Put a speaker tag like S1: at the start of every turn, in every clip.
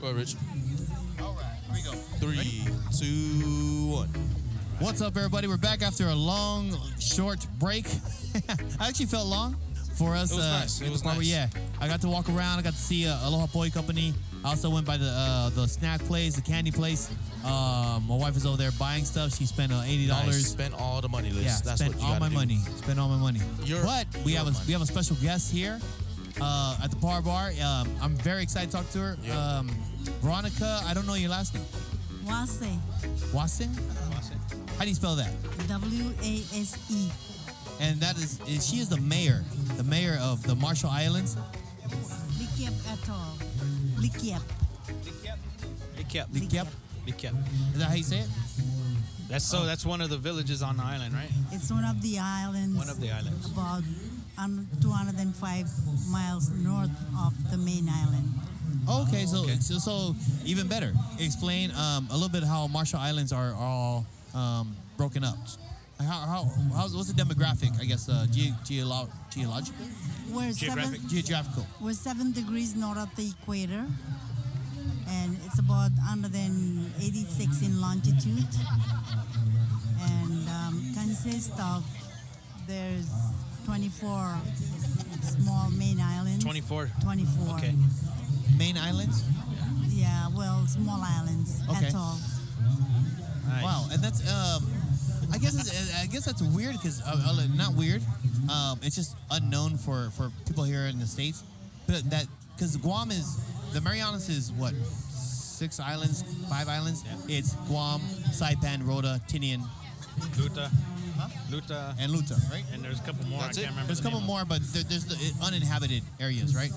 S1: Go ahead, Rich.
S2: All right, here we go. Ready?
S1: Three, two, one.
S2: What's up, everybody? We're back after a long, short break. I actually felt long for us.
S1: It was
S2: uh,
S1: nice. It
S2: in the
S1: was
S2: barber-
S1: nice.
S2: Yeah, I got to walk around. I got to see uh, Aloha Boy Company. I also went by the uh, the snack place, the candy place. Um, my wife is over there buying stuff. She spent uh, eighty
S1: Nice.
S2: dollars.
S1: Spent all the money, Liz.
S2: Yeah,
S1: That's
S2: spent
S1: what you
S2: all
S1: gotta
S2: my
S1: do.
S2: money. Spent all my money.
S1: Your-
S2: but we
S1: your
S2: have a
S1: money.
S2: we have a special guest here uh, at the Par Bar. Um, I'm very excited to talk to her.
S1: Yeah.
S2: Um, Veronica, I don't know your last name.
S3: Wase.
S2: Wassen? How do you spell that?
S3: W A S E.
S2: and that is, is she is the mayor, the mayor of the Marshall Islands.
S3: Likiep et al. Likiep.
S2: Likiep. Is that how you say it?
S4: That's so. That's one of the villages on the island, right?
S3: It's one of the islands.
S4: One of the islands.
S3: About um, 205 miles north of the main island.
S2: Oh, Okay, so, so so even better. Explain um, a little bit how Marshall Islands are, are all um, broken up. How, how how's, what's the demographic? I guess uh, ge- geolo- geological,
S3: We're
S4: Geographic.
S3: seven,
S2: geographical.
S3: we're seven degrees north of the equator, and it's about 186 in longitude, and um, consists of there's 24 small main islands.
S4: 24.
S3: 24.
S4: Okay.
S2: Main islands.
S3: Yeah, well, small islands
S2: Okay.
S3: at all.
S4: Nice.
S2: Wow, and that's um, I guess it's, I guess that's weird because uh, uh, not weird, um, it's just unknown for for people here in the states, but that because Guam is the Marianas is what six islands, five islands.
S4: Yeah.
S2: It's Guam, Saipan, Rota, Tinian,
S4: Luta. Luta.
S2: and Luta, right?
S4: And there's a couple more.
S1: That's
S4: I
S1: it.
S4: can't remember.
S2: There's a
S4: the
S2: couple
S4: name
S2: more, but there, there's the uh, uninhabited areas, right?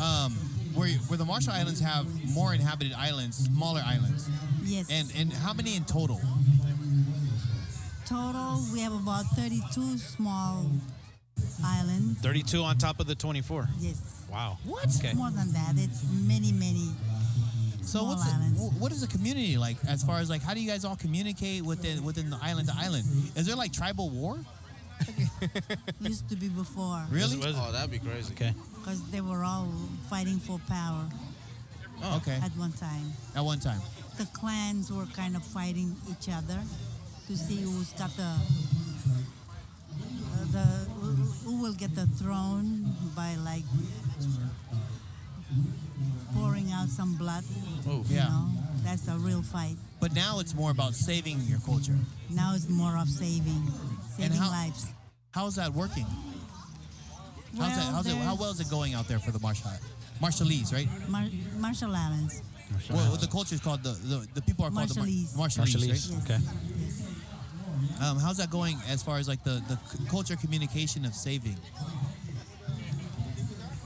S2: Um, where, where the Marshall Islands have more inhabited islands, smaller islands,
S3: Yes.
S2: and and how many in total?
S3: total, we have about 32 small islands.
S4: of it. 32 on top of the 24.
S3: Yes.
S4: Wow.
S2: What?
S4: Okay.
S3: More than that, it's many, many.
S2: So
S3: small
S2: what's the,
S3: islands.
S2: wh- what is the community like as far as like how do you guys all communicate within within the island to island? Is there like tribal war?
S3: used to be before
S2: Really?
S4: Was it?
S1: Oh, that'd be crazy.
S4: Okay.
S3: because they were all fighting for power
S2: Okay.
S3: at one time.
S2: At one time.
S3: The clans were kind of fighting each other to see who's got the. uh, The, who- who will get the throne by like pouring out some blood
S1: Oh,
S3: You
S2: Yeah.
S3: know, that's a real fight.
S2: But now it's more about saving your culture.
S3: Now it's more of saving, saving
S2: how-
S3: lives.
S2: How's that working? How's that,
S3: Well,
S2: how's it, how
S3: there's
S2: well is it going out there for the Marshall Marshallese, right?
S3: Mar- Marshall Islands.
S2: Well, what the culture is called the, the, the people are called
S3: Marshallese.
S2: the Mar- Marshallese.
S4: Marshallese.
S2: right?
S3: Yes.
S4: Okay.
S3: Yes.
S2: Um, how's that going as far as like the, the c- culture communication of saving?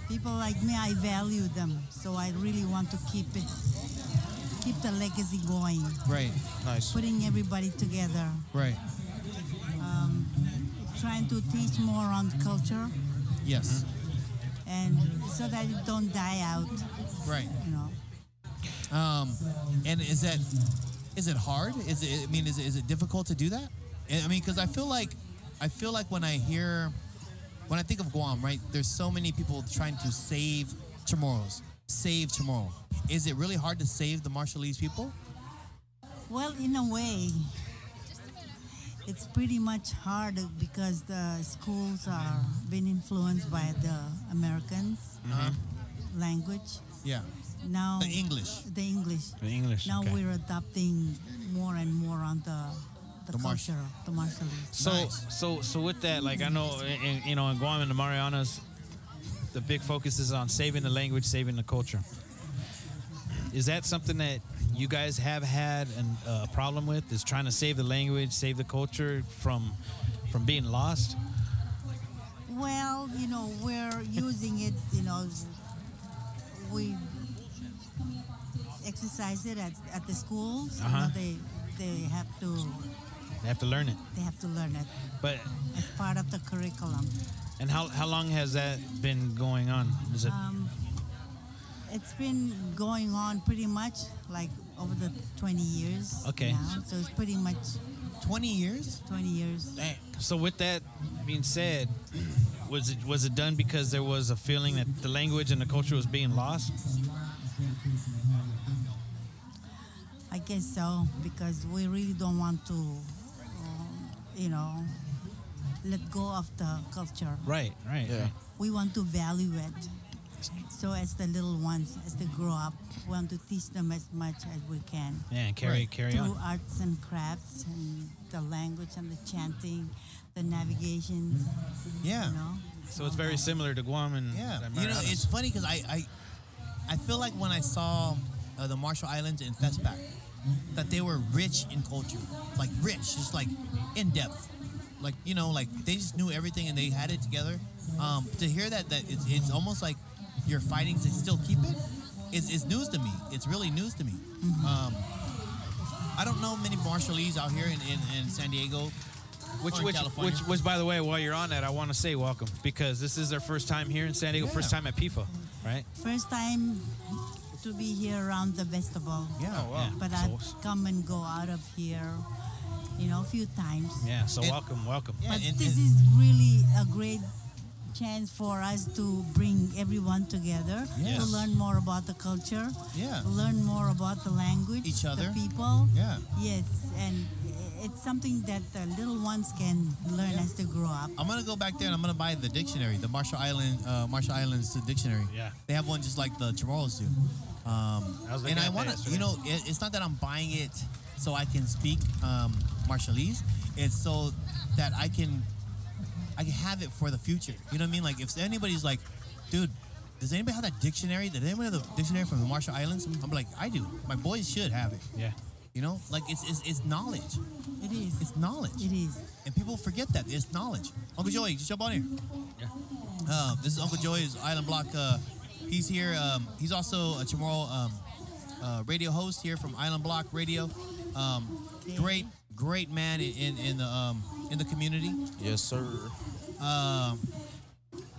S3: People like me, I value them, so I really want to keep it, keep the legacy going,
S2: Right,
S1: Nice.
S3: putting everybody together,
S2: right.
S3: trying to teach more on culture,
S2: Yes.
S3: and so that it don't die out.
S2: Right.
S3: You know,
S2: Um, and is that is it hard? Is it? I mean, is it, is it difficult to do that? And, I mean, because I feel like I feel like when I hear when I think of Guam, right? There's so many people trying to save Chamorros, save Chamorro. Is it really hard to save the Marshallese people?
S3: well, in a way, it's pretty much hard because the schools are been influenced by the Americans
S4: Mm-hmm.
S3: language.
S2: Yeah.
S3: Now
S2: The English.
S3: The English.
S4: The English.
S3: Now
S4: okay.
S3: we're adopting more and more on the the,
S2: The Marsh-
S3: culture, the Marshallese.
S4: So
S2: Nice.
S4: so so with that, like I know, in, you know, in Guam and the Marianas, the big focus is on saving the language, saving the culture. Is that something that you guys have had an- a problem with? Is trying to save the language, save the culture from from being lost?
S3: Well, you know, we're using it. You know, we exercise it at, at the schools. You know,
S4: Uh-huh.
S3: they they have to
S4: They have to learn it.
S3: they have to learn it
S4: But
S3: as part of the curriculum.
S4: and how how long has that been going on? Is it
S3: It's been going on pretty much like over the 20 years.
S4: Okay.
S3: Now. So it's pretty much
S2: Twenty years.
S3: 20 years.
S4: Dang. So with that being said, was it was it done because there was a feeling that the language and the culture was being lost,
S3: I guess so because we really don't want to, um, you know, let go of the culture.
S4: Right, right.
S1: Yeah.
S4: right.
S3: We want to value it. So as the little ones, as they grow up, we want to teach them as much as we can
S4: Yeah, and carry
S2: Right.
S4: carry
S3: through
S4: on.
S3: arts and crafts and the language and the chanting, the navigation.
S2: Yeah.
S3: You know,
S4: So it's
S3: all
S4: very
S3: that.
S4: similar to Guam and
S2: Yeah,
S4: and
S2: you know,
S4: Marianas.
S2: it's funny because I, I, I feel like when I saw uh, the Marshall Islands in Festback, that they were rich in culture, like rich, just like in depth, like you know, like they just knew everything and they had it together. Um, to hear that, that it's, it's almost like you're fighting to still keep it. It's, it's news to me. It's really news to me. Um, I don't know many Marshallese out here in, in, in San Diego.
S4: which
S2: or in
S4: which,
S2: California.
S4: which which by the way, while you're on that, I want to say welcome because this is their first time here in San Diego, first
S2: Yeah.
S4: time at PIFA, right?
S3: First time to be here around the festival.
S2: Yeah.
S4: wow.
S3: But
S4: so,
S3: I've come and go out of here, you know, a few times.
S4: yeah, so
S2: It-
S4: welcome, welcome.
S2: Yeah,
S3: But
S2: and-
S3: this
S2: and-
S3: is really a great chance for us to bring everyone together
S2: Yes.
S3: to learn more about the culture,
S2: Yeah.
S3: learn more about the language,
S2: Each other.
S3: the people.
S2: Yeah.
S3: Yes, and it's something that the little ones can learn as they grow up.
S2: I'm gonna go back there and I'm gonna buy the dictionary, the Marshall Island, uh, Marshall Islands dictionary.
S4: Yeah.
S2: they have one just like the Chamorros do. Um,
S4: I was looking
S2: and
S4: at
S2: I
S4: that
S2: want to,
S4: yesterday.
S2: you know, it, it's not that I'm buying it so I can speak um, Marshallese. It's so that I can, I can have it for the future. You know what I mean? Like if anybody's like, dude, does anybody have that dictionary? Does anybody have the dictionary from the Marshall Islands? I'm like, I do. My boys should have it.
S4: Yeah.
S2: You know, like it's it's, it's knowledge.
S3: It is.
S2: It's knowledge.
S3: It is.
S2: And people forget that. It's knowledge. Uncle Joey, just jump on here.
S4: Yeah.
S2: Uh, this is Uncle Joey's Island Block. Uh, he's here. Um, he's also a Chamorro um, uh, radio host here from Island Block Radio. Um, great, great man in, in, in the um, in the community.
S1: Yes, sir.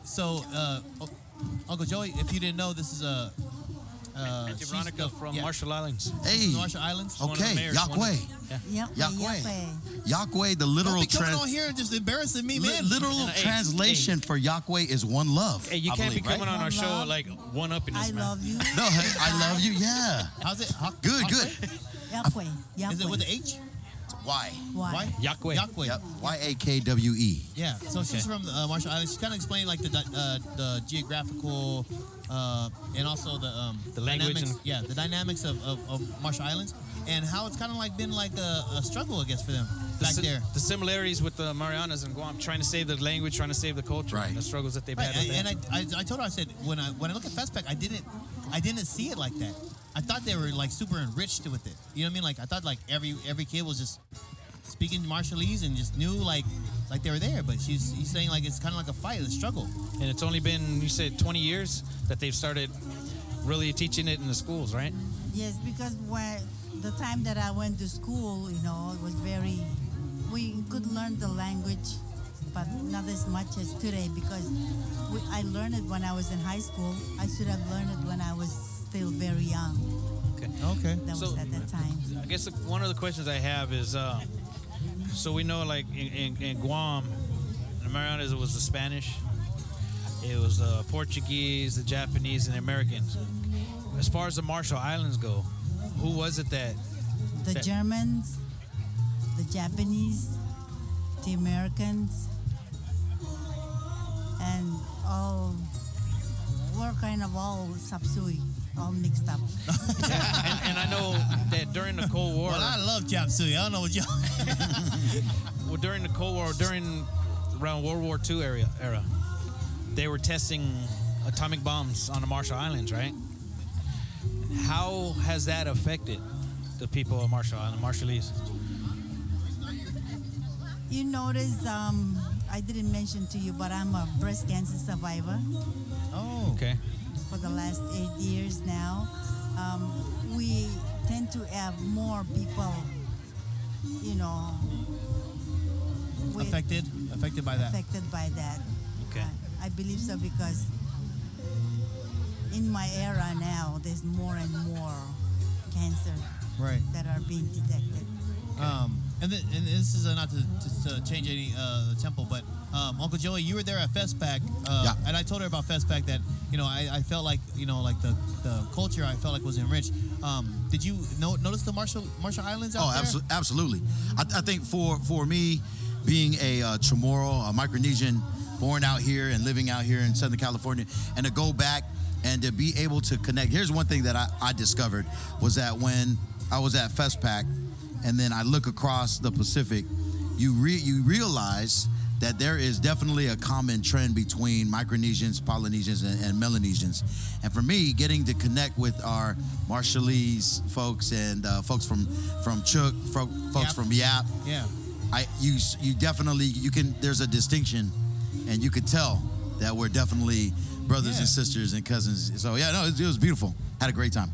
S2: So, uh, oh, Uncle Joey, if you didn't know, this is a uh,
S4: Auntie
S2: she's
S4: Veronica
S2: the-
S4: from
S2: yeah,
S4: Marshall Islands.
S5: Hey,
S2: Marshall Islands.
S4: one of the
S5: okay,
S4: mayors, one of-
S5: Yahweh,
S4: Yeah.
S3: Yep.
S5: Yahweh,
S3: Yahweh.
S5: Yahweh. The
S2: Don't
S5: literal
S2: be coming
S5: trans-
S2: on here and just embarrassing me,
S5: li-
S2: man.
S5: literal
S4: Hey,
S5: translation for Yahweh is one love.
S4: Hey, you
S5: I
S4: can't
S5: believe,
S4: be coming
S5: right?
S4: on our
S3: One
S4: show
S3: love.
S4: like one up in this
S3: I
S4: man.
S3: love you.
S5: No, hey, I love you. Yeah,
S2: How's it? Huh?
S5: good, good.
S3: Yahweh. Yahweh.
S2: Is it with an H?
S5: Why?
S3: Why?
S2: Why?
S4: Yahweh.
S2: Yahweh.
S5: Yep. Y a k w e.
S2: Yeah, so she's
S4: Okay.
S2: from the, uh, Marshall Islands. She kind of explained like the di- uh, the geographical uh, and also the um,
S4: The language
S2: dynamics,
S4: and-
S2: yeah, the dynamics of, of, of Marshall Islands and how it's kind of like been like a, a struggle, I guess, for them
S4: The
S2: back
S4: si-
S2: there.
S4: The similarities with the Marianas and Guam, trying to save the language, trying to save the culture,
S5: Right.
S4: and the struggles that they've
S2: Right,
S4: had. with
S2: and
S4: that.
S2: I, I, I told her I said when I when I look at Festpac, I didn't I didn't see it like that. I thought they were like super enriched with it. You know what I mean? Like I thought like every every kid was just speaking Marshallese and just knew like like they were there. But she's she's saying like it's kind of like a fight, a struggle.
S4: and it's only been, you said, 20 years that they've started really teaching it in the schools, right?
S3: Yes, because when the time that I went to school, you know, it was very we could learn the language, but not as much as today because we, I learned it when I was in high school. I should have learned it when I was still very young.
S4: Okay.
S2: Okay.
S3: That was
S4: So-
S3: at that time.
S4: I guess the, one of the questions I have is, uh, so we know like in, in, in Guam, the Marianas it was the Spanish, it was the Portuguese, the Japanese, and the Americans. As far as the Marshall Islands go, who was it that?
S3: The
S4: That-
S3: Germans, the Japanese, the Americans, and all we're kind of all subsuy, all mixed up.
S4: and, and I know that during the Cold War,
S2: Well, I love chop suey. I don't know what y'all.
S4: well, during the Cold War, during around World War II area era, they were testing atomic bombs on the Marshall Islands, right? How has that affected the people of Marshall Island, Marshallese?
S3: You notice um, I didn't mention to you, but I'm a breast cancer survivor
S2: Oh.
S4: Okay.
S3: for the last eight years now. Um, we tend to have more people, you know, with,
S2: affected affected by that.
S3: affected by that.
S4: Okay.
S3: I, I believe so because in my era now, there's more and more cancer
S2: Right.
S3: that are being detected.
S2: Um, and, th- and this is uh, not to, to, to change any uh, temple, but um, Uncle Joey, you were there at FestPack, uh,
S5: Yeah.
S2: and I told her about FestPack that you know I, I felt like you know like the, the culture I felt like was enriched. Um, did you no, notice the Marshall Marshall Islands out
S5: Oh,
S2: there?
S5: abso- absolutely. I, I think for for me, being a uh, Chamorro, a Micronesian, born out here and living out here in Southern California, and to go back and to be able to connect. Here's one thing that I, I discovered was that when I was at FestPack, and then I look across the Pacific, you re- you realize that there is definitely a common trend between Micronesians, Polynesians, and, and Melanesians. And for me, getting to connect with our Marshallese folks and uh, folks from from Chuk, fro- folks
S2: Yap.
S5: from Yap,
S2: Yeah.
S5: I you s- you definitely you can. There's a distinction, and you could tell that we're definitely brothers
S2: Yeah.
S5: and sisters and cousins. So yeah, no, it, it was beautiful. Had a great time.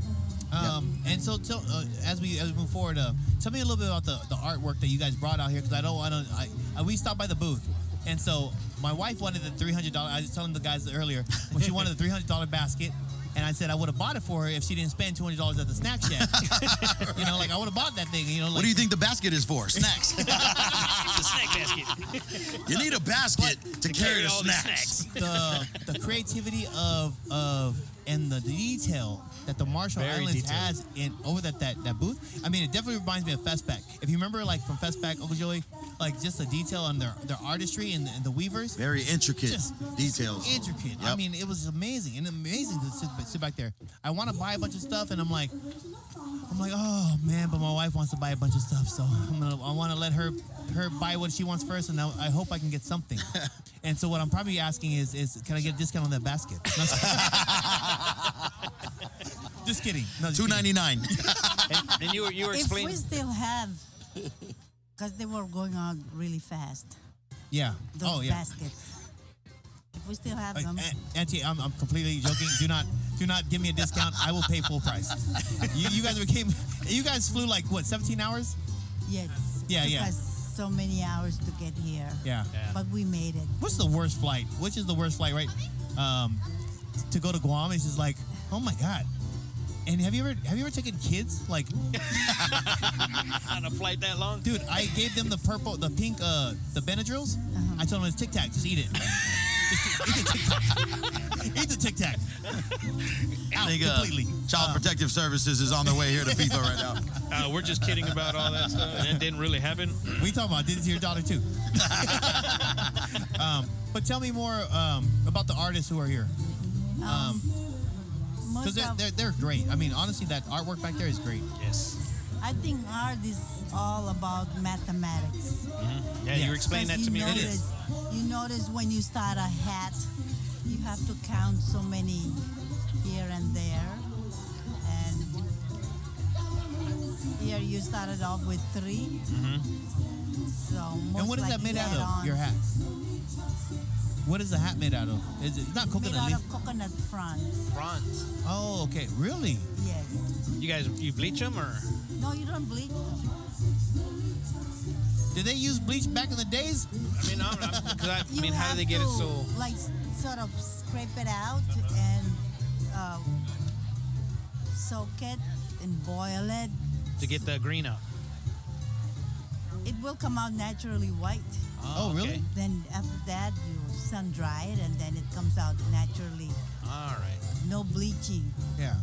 S2: Um, And so, tell, uh, as we as we move forward, uh, tell me a little bit about the, the artwork that you guys brought out here because I don't I don't I, I we stopped by the booth, and so my wife wanted the three hundred dollar. I was telling the guys earlier when she wanted the three hundred dollar basket. And I said I would have bought it for her if she didn't spend two hundred dollars at the snack shack. You know, like I would have bought that thing. You know, like,
S5: What do you think the basket is for? Snacks.
S4: the snack basket.
S5: you need a basket to, carry, the snacks.
S2: the the creativity of of and the detail that the Marshall
S4: Very
S2: Islands
S4: detailed.
S2: has in over that, that that booth. I mean, it definitely reminds me of Festback. If you remember, like from Festback, Uncle Joey, like just the detail on their their artistry and the, and the weavers.
S5: Very intricate
S2: Just
S5: details.
S2: Intricate. I
S5: Yep.
S2: mean, it was amazing and amazing to sit, sit back there. I want to buy a bunch of stuff, and I'm like, I'm like, oh man, but my wife wants to buy a bunch of stuff, so I'm gonna, I want to let her, her buy what she wants first, and I, I hope I can get something. and so what I'm probably asking is, is can I get a discount on that basket? No, just kidding. No, just
S5: two
S2: kidding.
S5: ninety nine.
S4: And, and you were you were
S3: If we
S4: explaining.
S3: still have, because they were going out really fast,
S2: Yeah.
S3: those
S2: Oh yeah. eh.
S3: baskets. If we still have
S2: Like,
S3: them,
S2: Aunt- Auntie, I'm, I'm completely joking. Do not, do not give me a discount. I will pay full price. you, you guys became, you guys flew like what, 17 hours?
S3: yes.
S2: Yeah,
S3: took
S2: yeah.
S3: us so many hours to get here.
S2: Yeah.
S3: But we made it.
S2: What's the worst flight? Which is the worst flight, right? Um, to go to Guam is just like, oh my god. And have you ever have you ever taken kids? Like,
S4: on a flight that long?
S2: dude, I gave them the purple, the pink, uh, the Benadryls. I told them it's Tic Tac, just eat it. Just eat the Tic Tac. eat the Tic Tac. Out completely.
S5: Child Protective Services is on their way here to FIFA right now.
S6: Uh, we're just kidding about all that stuff. That didn't really happen.
S2: We talking about this is your daughter too. um, but tell me more um, about the artists who are here because
S3: Most
S2: they're,
S3: of,
S2: they're they're great. I mean, honestly, that artwork back there is great.
S4: Yes.
S3: I think art is all about mathematics.
S4: Yeah, you were explaining that
S3: Because
S4: to me.
S3: you
S4: earlier.
S3: Notice, you notice when you start a hat, you have to count so many here and there. And here you started off with 3 So most
S2: Mm-hmm. And what is that
S3: likely
S2: made out
S3: add
S2: of?
S3: on-
S2: Your hat. What is the hat made out of? Is it it's not
S3: Made
S2: coconut
S3: out
S2: leaf?
S3: of coconut fronds.
S4: Bronze.
S2: Oh, okay. Really?
S3: Yes.
S4: You guys, you bleach them or?
S3: No, you don't bleach. them.
S2: Did they use bleach back in the days?
S4: I mean, I'm, I'm, 'cause I, I
S3: You
S4: mean, how do
S3: have
S4: they get
S3: to,
S4: it so?
S3: like s- sort of scrape it out and uh, soak it and boil it.
S4: to get the green out.
S3: It will come out naturally white.
S2: Oh, really?
S3: Then after that, you sun dry it, and then it comes out naturally.
S4: All right.
S3: No bleaching.
S2: Yeah.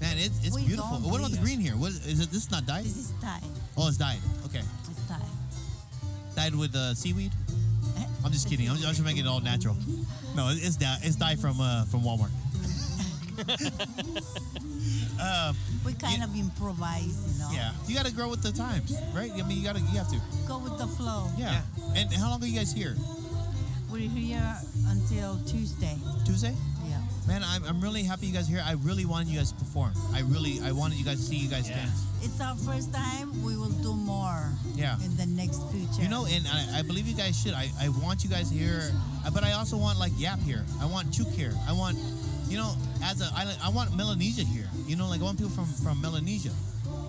S2: Man, it's, it's
S3: We
S2: beautiful.
S3: don't
S2: What about the
S3: bleach.
S2: green here? What is, is it? This is not dyed?
S3: This is Thai.
S2: Oh, it's dyed. Okay.
S3: It's Thai.
S2: Dyed with uh, seaweed.
S3: Eh?
S2: I'm just kidding. I'm, I'm just making it all natural. No, it- it's dyed. It's dyed from uh, from Walmart.
S3: We kind
S2: Yeah.
S3: of improvise, you know.
S2: Yeah. You got to grow with the times, right? I mean, you got to. You have to.
S3: Go with the flow.
S2: Yeah. And how long are you guys here?
S3: We're here until Tuesday.
S2: Tuesday.
S3: Yeah.
S2: Man, I'm, I'm really happy you guys are here. I really wanted you guys to perform. I really I wanted you guys to see you guys
S4: Yeah.
S2: dance.
S3: It's our first time. We will do more.
S2: Yeah.
S3: In the next future.
S2: You know, and I, I believe you guys should. I, I want you guys here, uh, but I also want like Yap here. I want Chuk here. I want, you know, as a island, I want Melanesia here. You know, like I want people from from Melanesia.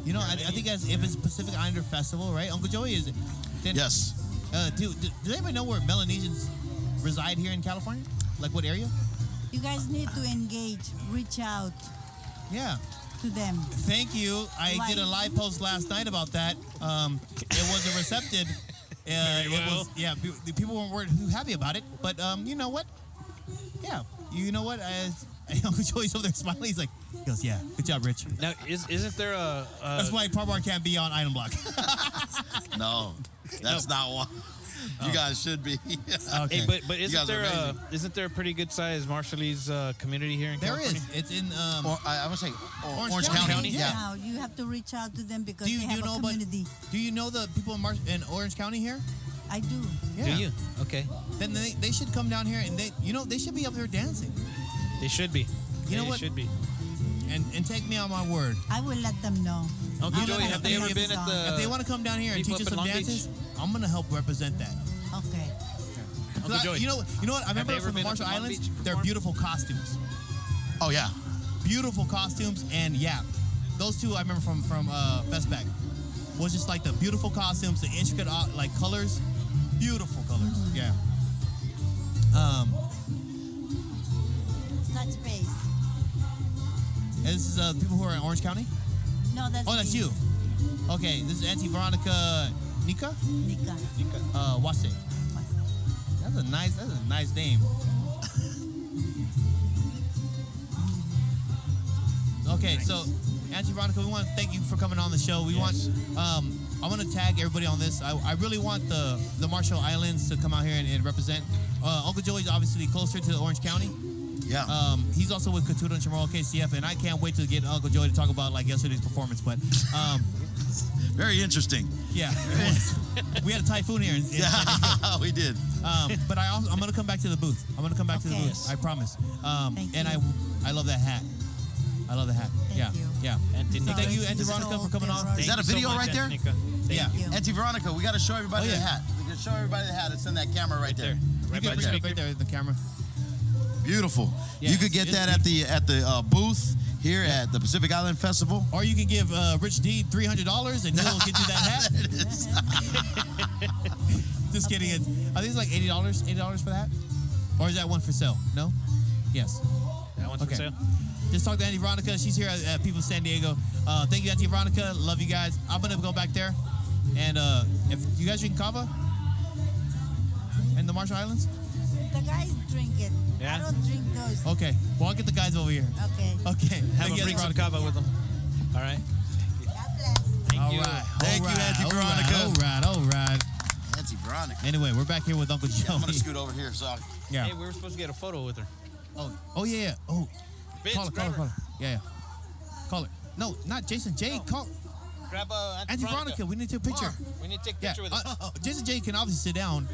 S2: You know, I, I think as if it's Pacific Islander Festival, right? Uncle Joey is. Then,
S5: Yes.
S2: Uh, do, do, does anybody know where Melanesians reside here in California? Like what area?
S3: you guys need to engage. Reach out
S2: Yeah.
S3: to them.
S2: Thank you. I did a live post last night about that. Um, it wasn't recepted. Uh,
S6: Very
S2: it
S6: well.
S2: was, yeah, pe- the people weren't, weren't too happy about it, but um, you know what? Yeah, you know what? I, Uncle Joey's over there smiling. He's like, he goes, yeah, good job, Rich.
S4: Now, is, isn't there a, a
S2: That's why Parbar can't be on item block.
S5: No, Oh. that's not one. You guys should be.
S4: Hey, but but
S5: You
S4: isn't
S5: guys are
S4: there a,
S5: amazing.
S4: isn't there a pretty good sized Marshallese uh, community here in
S2: there
S4: California?
S2: is. It's in. Um,
S5: Or, I, I would say or- Orange, County. Yeah.
S3: Now you have to reach out to them because
S2: do you,
S3: they
S2: do
S3: have
S2: you
S3: a
S2: know? But
S3: community.
S2: do you know the people in, Mar- in Orange County here?
S3: I do.
S2: Yeah.
S4: Do you? Okay,
S2: Then they, they should come down here and they you know they should be up there dancing
S4: they should be.
S2: You know
S4: they
S2: what?
S4: Should be.
S2: and and take me on my word.
S3: I will let them know.
S2: Okay,
S3: I will
S2: Joey,
S3: let
S2: have
S3: them
S2: they
S3: know
S2: ever
S3: this
S4: been at
S3: song.
S4: the-
S2: if they want to come down here and
S4: people
S2: teach us
S4: Uh, up in
S2: some
S4: Long Beach?
S2: dances, I'm gonna help represent that.
S3: Okay.
S2: 'Cause
S4: Uncle
S2: I-
S4: Joey.
S2: you know you know what? I remember
S4: they ever
S2: from the
S4: been up
S2: Marshall
S4: to Long
S2: Islands,
S4: Beach
S2: they're
S4: before?
S2: beautiful costumes.
S5: Oh yeah.
S2: beautiful costumes and yeah those two i remember from from uh fest back was just like the beautiful costumes the intricate uh, like colors beautiful colors yeah
S3: Touch base.
S2: and this is uh people who are in orange county
S3: No, that's
S2: oh that's
S3: me,
S2: you okay this is auntie veronica nika
S3: Nika.
S2: uh watch it that's a nice that's a nice name okay so auntie veronica we want to thank you for coming on the show we want um i want to tag everybody on this i, I really want the the marshall islands to come out here and, and represent uh, uncle joey's obviously closer to orange county
S5: Yeah.
S2: um, he's also with Katuta and Chamorro KCF, and I can't wait to get Uncle Joey to talk about like yesterday's performance. But um,
S5: Very interesting.
S2: yeah, it was. we had a typhoon here, in, in
S5: we did.
S2: Um, but I also, I'm gonna come back to the booth. I'm gonna come back to the
S3: Okay.
S2: booth. I promise. Um,
S3: Thank
S2: and
S3: you.
S2: I I love that hat. I love the hat.
S3: Thank
S2: yeah.
S3: you.
S2: Yeah.
S4: Auntie Nika.
S2: Thank you,
S3: Sorry,
S2: Auntie
S3: it's
S2: Veronica,
S3: so
S2: for coming on.
S3: embarrassing.
S5: Is that a
S4: Thank you
S5: video
S4: much,
S5: right there?
S4: Auntie Nika. Thank
S2: yeah.
S3: you.
S4: you.
S5: Auntie Veronica, we got to show everybody
S2: Oh, yeah.
S5: the hat. We can show everybody the hat. It's in that camera right there.
S4: There. Right
S2: You
S4: by
S2: can
S4: the
S2: bring it up
S4: speaker.
S2: right there in the camera.
S5: Beautiful.
S2: Yeah,
S5: you could
S2: it's-
S5: get
S2: it's
S5: that at the at the uh, booth here at the Pacific Island Festival.
S2: Or you can give uh, Rich D three hundred dollars and he'll get you that hat. Just kidding. It's, I think it's like eighty dollars. Eighty dollars for that. Or is that one for sale? No. Yes.
S4: That one's
S2: Okay.
S4: for sale.
S2: Just talk to Auntie Veronica. She's here at, at People of San Diego. Uh, thank you, Auntie Veronica. Love you guys. I'm gonna go back there, and uh, if you guys drink kava in the Marshall Islands,
S3: The guys drink it.
S4: Yeah?
S3: I don't drink those.
S2: okay. Well, I'll get the guys over here.
S3: Okay.
S2: Okay. thank
S4: Have them
S2: you,
S4: bring some
S2: Veronica.
S4: cava with them. All right.
S3: God bless.
S4: Thank
S2: All
S4: you.
S2: right.
S5: Thank
S2: all
S5: you,
S2: right,
S5: Auntie
S2: all
S5: Veronica.
S2: Right, all right. All right.
S5: Auntie Veronica.
S2: Anyway, we're back here with Uncle Joey.
S5: Yeah, I'm gonna scoot over here. So
S2: Yeah.
S4: Hey, we were supposed to get a photo with her.
S2: Oh, oh yeah, yeah. Oh,
S4: Vince,
S2: call her, call
S4: grab
S2: her, call
S4: her.
S2: her. Yeah, yeah. Call her. No, not Jason J. Call
S4: Grab uh,
S2: Auntie Veronica. We need to take a picture.
S4: We need to take a
S2: Yeah.
S4: picture with
S2: Uh,
S4: us.
S2: Jason J can obviously sit down.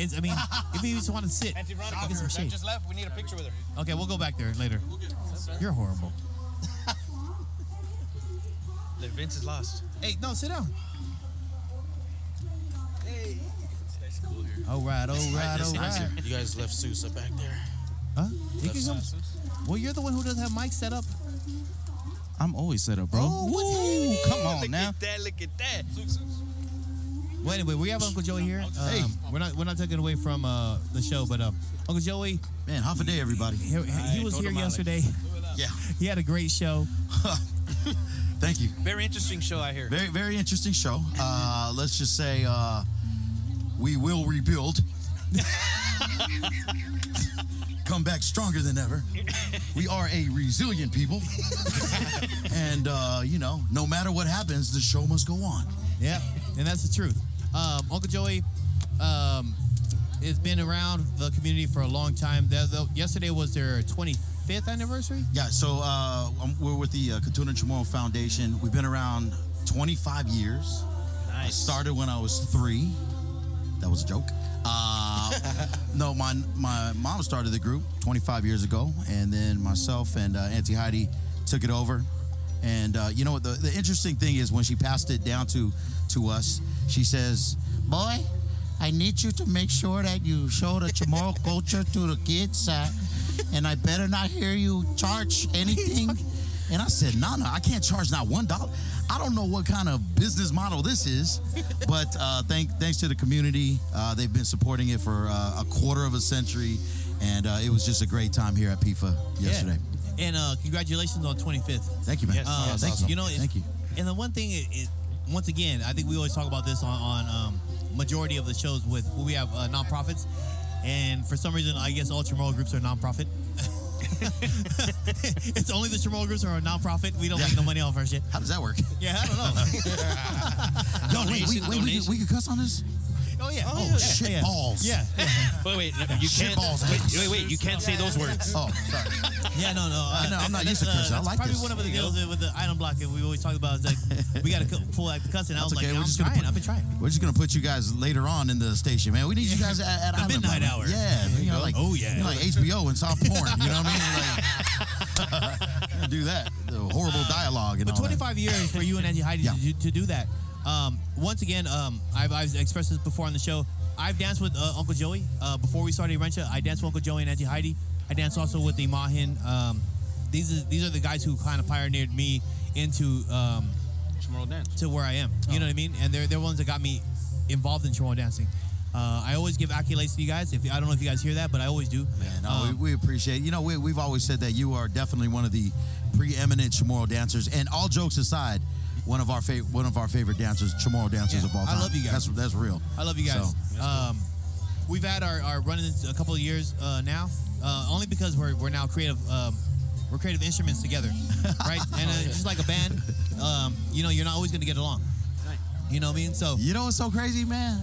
S2: It's, I mean, if he just want to sit,
S4: Auntie Veronica,
S2: get some
S4: that
S2: shade.
S4: just left. We need
S2: uh,
S4: a picture with her.
S2: Okay, we'll go back there later. You're horrible.
S4: Look, Vince is lost.
S2: Hey, no, sit down. Hey. All right, all right, all right.
S1: You guys left Sousa back there.
S2: Huh? You can come. Well, you're the one who doesn't have mic set up.
S7: I'm always set up, bro.
S2: Oh, what's happening?
S7: come on
S4: look
S7: now.
S4: at that. Look at that.
S2: Well, anyway, we have Uncle Joey here.
S5: Hey.
S2: Um, we're not we're not taking away from uh, the show, but um, Uncle Joey,
S5: man, half a day, everybody.
S2: he, he was
S4: go
S2: here
S4: to Mali.
S2: yesterday.
S5: Yeah.
S2: He had a great show.
S5: Thank you.
S4: Very interesting show, I hear.
S5: Very very interesting show. Uh, let's just say uh, we will rebuild. Come back stronger than ever. We are a resilient people, and uh, you know, no matter what happens, the show must go on.
S2: Yeah, and that's the truth. Um, Uncle Joey um, has been around the community for a long time. The, the, yesterday was their 25th anniversary.
S5: Yeah, so uh, um, we're with the uh, Katuna Chamorro Foundation. We've been around 25 years. I
S4: Nice.
S5: started when I was three. That was a joke. Uh, no, my my mom started the group 25 years ago, and then myself and uh, Auntie Heidi took it over. And uh, you know what? The, the interesting thing is when she passed it down to to us, she says, "Boy, I need you to make sure that you show the tomorrow culture to the kids, uh, and I better not hear you charge anything." And I said, "No, no, I can't charge not one dollar. I don't know what kind of business model this is, but uh, thank, thanks to the community, uh, they've been supporting it for uh, a quarter of a century, and uh, it was just a great time here at PIFA yesterday.
S2: Yeah. And uh, congratulations on 25th.
S5: Thank you, man. Uh,
S4: Yes,
S2: Um,
S5: thank you.
S2: You know, it's-
S5: thank you.
S2: And the one thing, it, it, once again, I think we always talk about this on, on um, majority of the shows with we have uh, nonprofits, and for some reason, I guess all Chamorro groups are nonprofit. it's only the Chamorro groups are a nonprofit. We don't make no money off our shit.
S5: How does that work?
S2: Yeah, I don't know.
S5: No, wait, wait,
S6: Donation,
S5: wait, we,
S6: donation.
S5: can, we can cuss on this?
S2: oh yeah.
S5: Oh, shit
S2: yeah.
S5: balls.
S2: Yeah.
S6: Wait, wait, no, you
S5: Shit
S6: can't.
S5: balls.
S6: Wait, wait, wait, you can't say those words.
S5: Oh, sorry.
S2: Yeah, no, no. Uh,
S5: know, I'm not
S2: that's,
S5: used to cussing. I
S2: that's
S5: like
S2: probably
S5: this.
S2: one of the deals with the item block that we always talk about. Is like we got to pull out the cussing. I was
S5: okay,
S2: like,
S5: we're
S2: I'm
S5: just gonna
S2: trying.
S5: put-
S2: I've been trying.
S5: We're just gonna put you guys later on in the station, man. We need you guys at, at
S2: The
S5: Island
S2: midnight
S5: Bar.
S2: hour.
S5: Yeah,
S2: There you
S5: you know,
S2: go.
S5: like
S2: Oh, yeah.
S5: you know, like HBO and soft porn. You know what I mean? Like, do that. The horrible dialogue and
S2: But
S5: all that.
S2: 25 years for you and Angie Heidi
S5: Yeah.
S2: to, do, to do that. Um, once again, um, I've, I've expressed this before on the show. I've danced with uh, Uncle Joey uh, before we started Rancha. I danced with Uncle Joey and Angie Heidi. I danced also with the Mahin. Um, these are these are the guys who kind of pioneered me into um,
S6: Tomorrow dance.
S2: to where I am. You know
S5: Oh.
S2: what I mean? And they're they're ones that got me involved in Chamorro dancing. Uh, I always give accolades to you guys. If I don't know if you guys hear that, but I always do.
S5: Yeah, no,
S2: Um,
S5: we, we appreciate. You know, we, we've always said that you are definitely one of the preeminent Chamorro dancers, and all jokes aside, one of our favorite one of our favorite dancers, Chamorro dancers
S2: Yeah,
S5: of all
S2: I
S5: time.
S2: love you guys.
S5: That's that's real.
S2: I love you guys.
S5: So,
S2: um, we've had our, our run-ins a couple of years uh, now, uh, only because we're, we're now creative. Um, we're creative instruments together, right? And
S5: Oh,
S2: uh, just like a band, um, you know, you're not always going to get along. You know what I mean? So
S5: you know what's so crazy, man?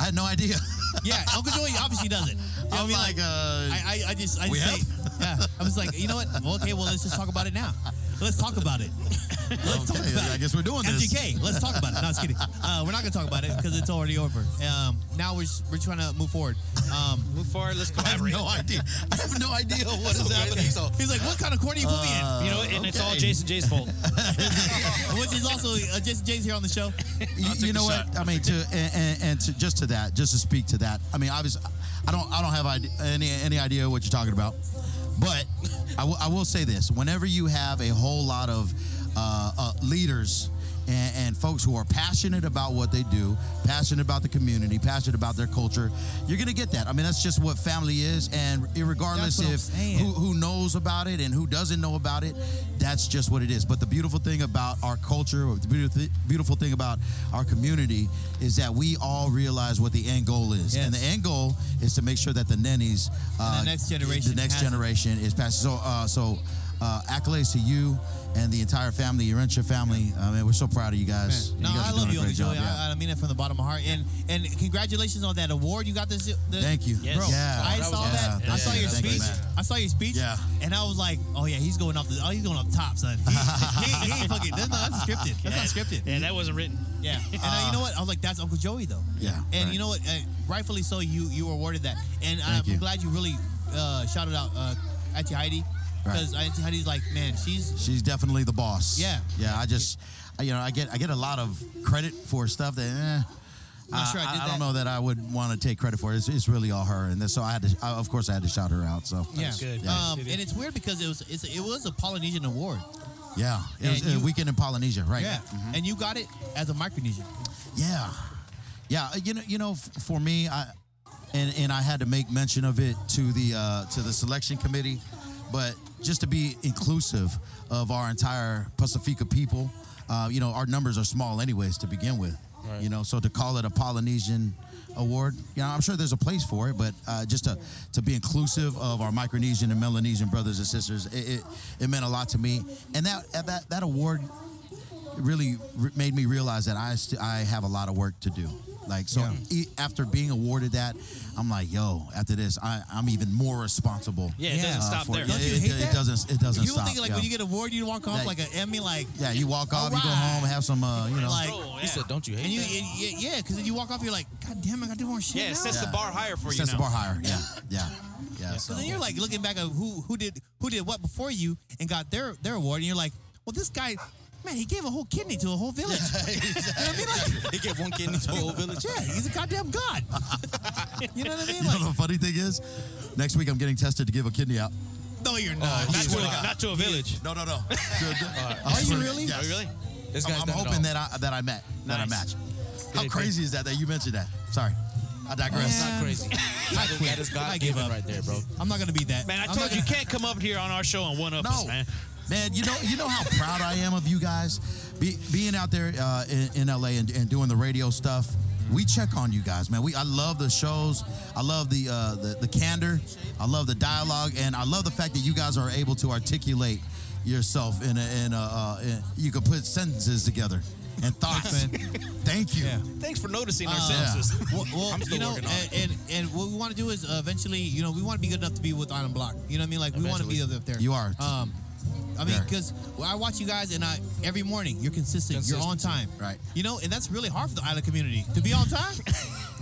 S5: I had no idea.
S2: yeah, Uncle Joey obviously doesn't. You know what I
S5: I'm
S2: mean?
S5: like, uh,
S2: I, I, I just, I
S5: Oh We
S2: just say, yeah. I was like, you know what? Well, okay, well, let's just talk about it now. Let's talk about it. Let's talk
S5: okay,
S2: about
S5: I
S2: it.
S5: guess we're doing this.
S2: MGK, let's talk about it. No, I was kidding. Uh, we're not gonna talk about it because it's already over. Um, now we're just, we're trying to move forward. Um,
S6: Move forward. Let's
S5: I have
S6: collaborate.
S5: no idea. I have no idea what is happening. Uh, So
S2: he's like, what kind of corner you put me in?
S6: You know, and it's all
S5: okay.
S6: Jason J's fault.
S2: Which is also uh, Jason Jay's here on the show.
S5: you,
S6: I'll take
S5: you know
S6: the
S5: what?
S6: shot.
S5: I mean, to and, and, and to, just to that, just to speak to that. I mean, obviously, I don't, I don't have ide- any any idea what you're talking about, but I will- I will say this: whenever you have a whole lot of uh, uh, leaders. And, and folks who are passionate about what they do, passionate about the community, passionate about their culture, you're gonna get that. I mean, that's just what family is, and
S2: That's
S5: regardless
S2: what I'm
S5: if
S2: saying.
S5: who, who knows about it and who doesn't know about it, that's just what it is. But the beautiful thing about our culture, or the beautiful, beautiful thing about our community, is that we all realize what the end goal is, and
S2: Yes.
S5: the end goal is to make sure that the nennies, uh,
S2: next generation
S5: the next
S2: has it.
S5: generation is passed. So, uh, so uh, accolades to you and the entire family, your Urentia family. I mean, we're so proud of you guys.
S2: No,
S5: you guys
S2: I
S5: are
S2: love
S5: doing
S2: you,
S5: a
S2: Uncle
S5: great job.
S2: Joey.
S5: yeah.
S2: I, I mean it from the bottom of my heart. And and congratulations on that award you got this. this
S5: Thank you. Yes.
S2: bro.
S5: Yeah.
S2: I
S5: That was
S2: saw
S5: awesome.
S2: that. I
S5: Yeah,
S2: saw
S5: yeah,
S2: your
S5: thank you,
S2: speech.
S5: man.
S2: I saw your speech.
S5: Yeah.
S2: And I was like, oh yeah, he's going off the. Oh, he's going up top, son. He, he, he ain't fucking. That's not that's scripted. That's not scripted.
S6: Yeah, that wasn't written.
S2: Yeah, and uh, you know what? I was like, that's Uncle Joey though.
S5: Yeah,
S2: and
S5: right.
S2: you know what? Uh, rightfully so, you you were awarded that, and I'm
S5: you.
S2: glad you really uh, shouted out uh, Auntie Heidi
S5: Right.
S2: because Auntie Heidi's like, man, she's
S5: She's definitely the boss.
S2: Yeah.
S5: Yeah. I just, I- you know, I get I get a lot of credit for stuff that. Eh,
S2: Not sure I did that.
S5: don't know that I would want to take credit for it. It's, it's really all her, and then- so I had to. I, of course, I had to shout her out. So
S2: yeah.
S6: good.
S2: Um, and it's weird because it was it's, it was a Polynesian award.
S5: yeah. Mm-hmm. It was
S2: And
S5: a
S2: you-
S5: weekend in Polynesia, right?
S2: and you got it as a Micronesian.
S5: Yeah, yeah. uh, You know, you know, f- for me, I and and I had to make mention of it to the uh, to the selection committee, but just to be inclusive of our entire Pacifica people, uh, you know, our numbers are small anyways to begin with. You know, so to call it a Polynesian award, you know, I'm sure there's a place for it, but uh, just to to be inclusive of our Micronesian and Melanesian brothers and sisters, it it, it meant a lot to me, and that that that award it really re- made me realize that I st- I have a lot of work to do. Like so, e- after being awarded that, I'm like, yo, after this, I, I'm even more responsible. Uh,
S6: Yeah, it doesn't stop
S5: for-
S6: there.
S5: It,
S6: Don't
S2: you
S5: it-
S2: hate
S5: it
S2: that?
S5: doesn't. It doesn't
S2: People
S5: stop.
S2: think like
S5: yeah.
S2: when you get an award, you walk off
S5: That-
S2: like an Emmy, like
S5: yeah, you walk off, you go
S2: Alright.
S5: home, have some, uh, you know,
S2: like.
S6: Oh,
S7: He
S6: yeah.
S7: said, "Don't you hate
S2: And you,
S7: that?"
S2: and- yeah, yeah, because then you walk off, you're like, God damn, I got to do more shit.
S6: Yeah, it
S2: now.
S6: sets the bar higher for you
S5: sets the
S6: now.
S5: bar higher. Yeah, yeah, yeah.
S2: So
S5: so.
S2: then you're like looking back at who who did who did what before you and got their their award, and you're like, well, this guy, man, he gave a whole kidney to a whole village. You know what I mean? Like,
S7: He gave one kid in the whole village.
S2: yeah, he's a goddamn god. you know what I mean?
S5: You know
S2: Like,
S5: the funny thing is, next week I'm getting tested to give a kidney out.
S2: no, you're not.
S6: Not to, a, not to a village.
S5: No, no, no. Are
S2: Are you really?
S5: Yes.
S6: Are you really?
S7: This guy's
S5: I'm, I'm
S7: done it
S5: hoping
S7: all.
S5: that I that I met that I
S6: Nice.
S5: match. How
S7: Good,
S5: crazy is that that you mentioned that? Sorry, I digress.
S7: That's not crazy. That is- that is
S2: quit. I
S7: God
S2: gave
S7: given
S2: up.
S7: right there, bro.
S2: I'm not gonna be that.
S6: Man, I
S2: I'm not
S6: told you, you
S2: gonna-
S6: can't come up here on our show and one up us,
S5: No.
S6: man.
S5: Man, you know, you know how proud I am of you guys, Be, being out there uh, in, in LA and, and doing the radio stuff we check on you guys, man. We I love the shows. I love the, uh, the the candor. I love the dialogue, and I love the fact that you guys are able to articulate yourself in a, in a uh, in, you can put sentences together and thoughts. Thank you.
S6: Thanks for noticing our
S2: Uh,
S6: sentences.
S2: Well, well,
S6: I'm still
S2: you know,
S6: working on
S2: and, and and what we want to do is uh, eventually, you know, we want to be good enough to be with Iron Block. You know what I mean? Like we want to be
S5: Eventually.
S2: up there.
S5: You are.
S7: Uh,
S2: Um, I mean,
S5: There.
S2: because I watch you guys, and I every morning you're consistent, you're on time,
S5: Right.
S2: You know, and that's really hard for the island community to be on time,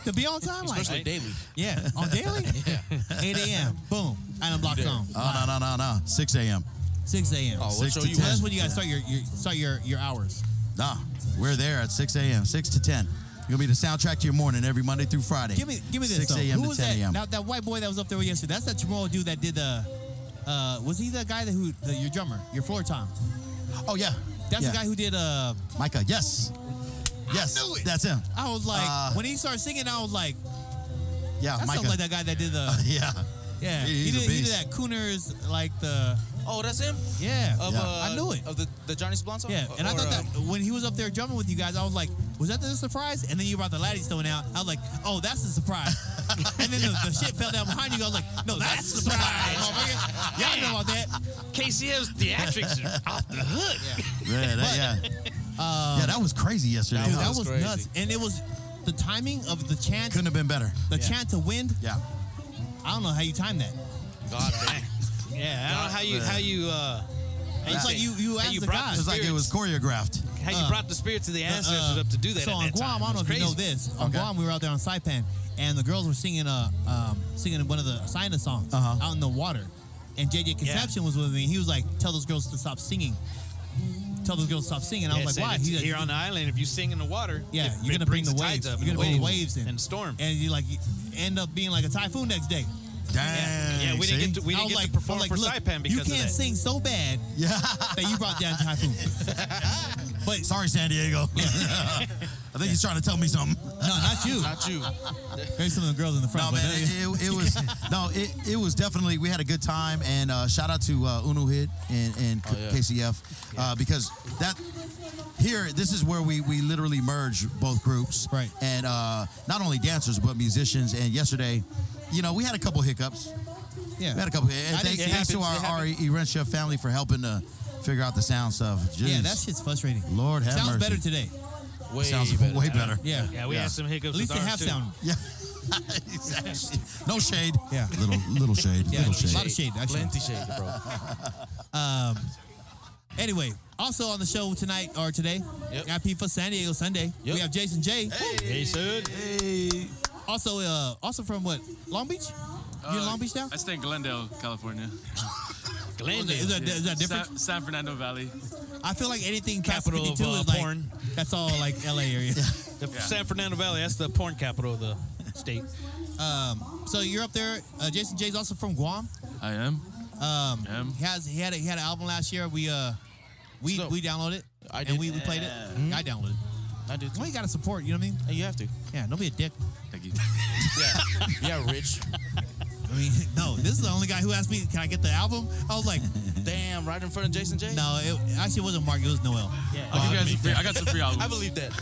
S2: to be on time, like
S7: Especially daily.
S2: yeah, on daily, yeah, 8 a.m. Boom, Island Block come,
S5: Oh no no no no. 6 a.m.
S2: 6 a.m.
S7: Oh, we'll
S2: So
S5: Six
S7: show
S5: to
S7: you
S5: ten.
S7: what.
S2: that's when you guys start your, your start your your hours.
S5: Nah, we're there at 6 a.m. 6 to 10. You're gonna be the soundtrack to your morning every Monday through Friday.
S2: Give me, give me this.
S5: 6
S2: though.
S5: a.m.
S2: Who
S5: to
S2: was
S5: 10
S2: that?
S5: a.m.
S2: Now that white boy that was up there yesterday. That's that Jamal dude that did the. Uh, was he the guy that who the, your drummer, your floor tom?
S5: Oh yeah,
S2: That's
S5: Yeah.
S2: the guy who did. Uh,
S5: Micah. Yes, yes,
S2: knew it.
S5: that's him.
S2: I was like,
S5: Uh,
S2: when he started singing, I was like,
S5: Yeah,
S2: that
S5: Micah.
S2: sounds like that guy that did the.
S5: Yeah,
S2: Yeah,
S5: he-
S2: he
S5: he's a
S2: did, he did
S5: beast.
S2: that Cooners like the.
S7: Oh, that's him.
S2: Yeah,
S7: Of,
S5: Yeah.
S7: Uh,
S2: I knew it.
S7: Of the, the Johnny Sblonto.
S2: Yeah, and I
S7: Or,
S2: thought that
S7: uh,
S2: when he was up there drumming with you guys, I was like, was that the surprise? And then you brought the Laddie Stone out. I was like, oh, that's the surprise. and then the, the shit fell down behind you. I was like, no, that's, the surprise. motherfucker. Y'all know about that.
S6: KCM's theatrics are off the hook.
S5: yeah, that, yeah. yeah, that was crazy yesterday.
S2: uh, Dude,
S5: huh?
S2: that was,
S7: crazy.
S2: nuts. And it was the timing of the chance,
S5: couldn't have been better.
S2: the chance to win.
S5: Yeah,
S2: I don't know how you timed that.
S7: God, damn.
S6: Yeah, I don't know how you how you uh how
S2: It's like you, you
S6: Hey,
S2: asked
S6: you
S2: the
S6: brought
S2: guy.
S5: it's like it was choreographed.
S6: how you brought the spirits of the ancestors
S2: uh,
S6: up to do that.
S2: So
S6: at
S2: on
S6: that
S2: Guam,
S6: time.
S2: I don't know
S6: It's
S2: if you know
S6: crazy.
S2: this. On
S5: Okay.
S2: Guam, we were out there on Saipan, and the girls were singing uh, um, singing one of the Sina songs
S5: Uh-huh.
S2: out in the water. And JJ Conception was with me. He was like, "Tell those girls to stop singing. Tell those girls to stop singing." I
S6: Yeah,
S2: was
S6: saying
S2: like, "Why?"
S6: it's
S2: He's like,
S6: Here on the island, if you sing in the water, it-
S2: yeah, you're
S6: it
S2: gonna bring
S6: brings
S2: the
S6: tides
S2: waves.
S6: up
S2: You're
S6: and
S2: gonna bring the waves in
S6: and storm.
S2: and you like you end up being like a typhoon next day.
S5: Dang.
S6: yeah, we didn't
S5: see?
S6: get to we
S2: I
S6: didn't
S2: was
S6: get
S2: like,
S6: to perform
S2: I was
S6: for
S2: like, look,
S6: Saipan because
S2: you
S6: of
S2: can't
S6: that.
S2: sing so bad
S5: Yeah.
S2: that you brought down typhoon. but
S5: Sorry, San Diego. I think he's trying to tell me something.
S2: no, not you.
S7: not you.
S2: Maybe some of the girls in the front.
S5: No,
S2: but
S5: man,
S2: that-
S5: it, it, it was no, it, it was definitely. We had a good time, and uh, shout out to uh, Unu Hit and, and
S2: Oh,
S7: yeah.
S5: KCF uh, because that here, this is where we we literally merge both groups,
S2: Right.
S5: And uh, not only dancers but musicians. And yesterday, you know, we had a couple hiccups.
S2: yeah.
S5: We had a couple. And
S2: I
S5: thank-
S2: didn't- it
S5: thanks to
S2: happens,
S5: our
S2: it
S5: Ari Erentia family for helping to figure out the sound stuff. Jeez.
S2: Yeah, that shit's frustrating.
S5: Lord have
S2: Sounds
S5: mercy.
S2: better today.
S7: Way
S5: sounds
S7: better.
S5: way better.
S2: Yeah.
S6: Yeah, we
S5: Yeah.
S6: had some hiccups.
S2: At least they
S6: with ours,
S2: have
S6: too.
S2: sound.
S5: Yeah. Exactly. no shade.
S2: Yeah.
S5: Little little shade.
S2: Yeah,
S5: little
S2: a
S5: shade.
S2: lot of shade, actually.
S7: Plenty shade, bro.
S2: Anyway, also on the show tonight or today,
S7: Yep.
S2: at FIFA San Diego Sunday,
S7: Yep.
S2: we have Jason J.
S6: Hey, son.
S2: Also, uh, also from what Long Beach? You're
S6: Uh,
S2: in Long Beach now?
S8: I stay in Glendale, California.
S2: Is that, is that, is that different?
S8: San, San Fernando Valley.
S2: I feel like anything past
S6: Capital of,
S2: 52
S6: uh,
S2: is like
S6: porn.
S2: that's all like LA area.
S6: The San Fernando Valley, that's the porn capital of the state.
S2: So you're up there. Uh, Jason J's also from Guam.
S8: I am. Um, am.
S2: He has he had a, he had an album last year. We uh we
S7: Snow.
S2: we downloaded it
S7: I
S2: and
S7: did.
S2: we, we played it. I downloaded. it.
S7: I do. Too.
S2: Well, you gotta support. You know what I mean?
S7: Hey, you have to.
S2: Yeah, don't be a dick.
S8: Thank you.
S7: Yeah, Rich.
S2: I mean, no, this is the only guy who asked me, "Can I get the album?" I was like,
S7: Damn, right in front of Jason J.
S2: "No, it actually wasn't Mark. It was Noel."
S8: I'll give you guys some free, I got some free albums.
S7: I believe that.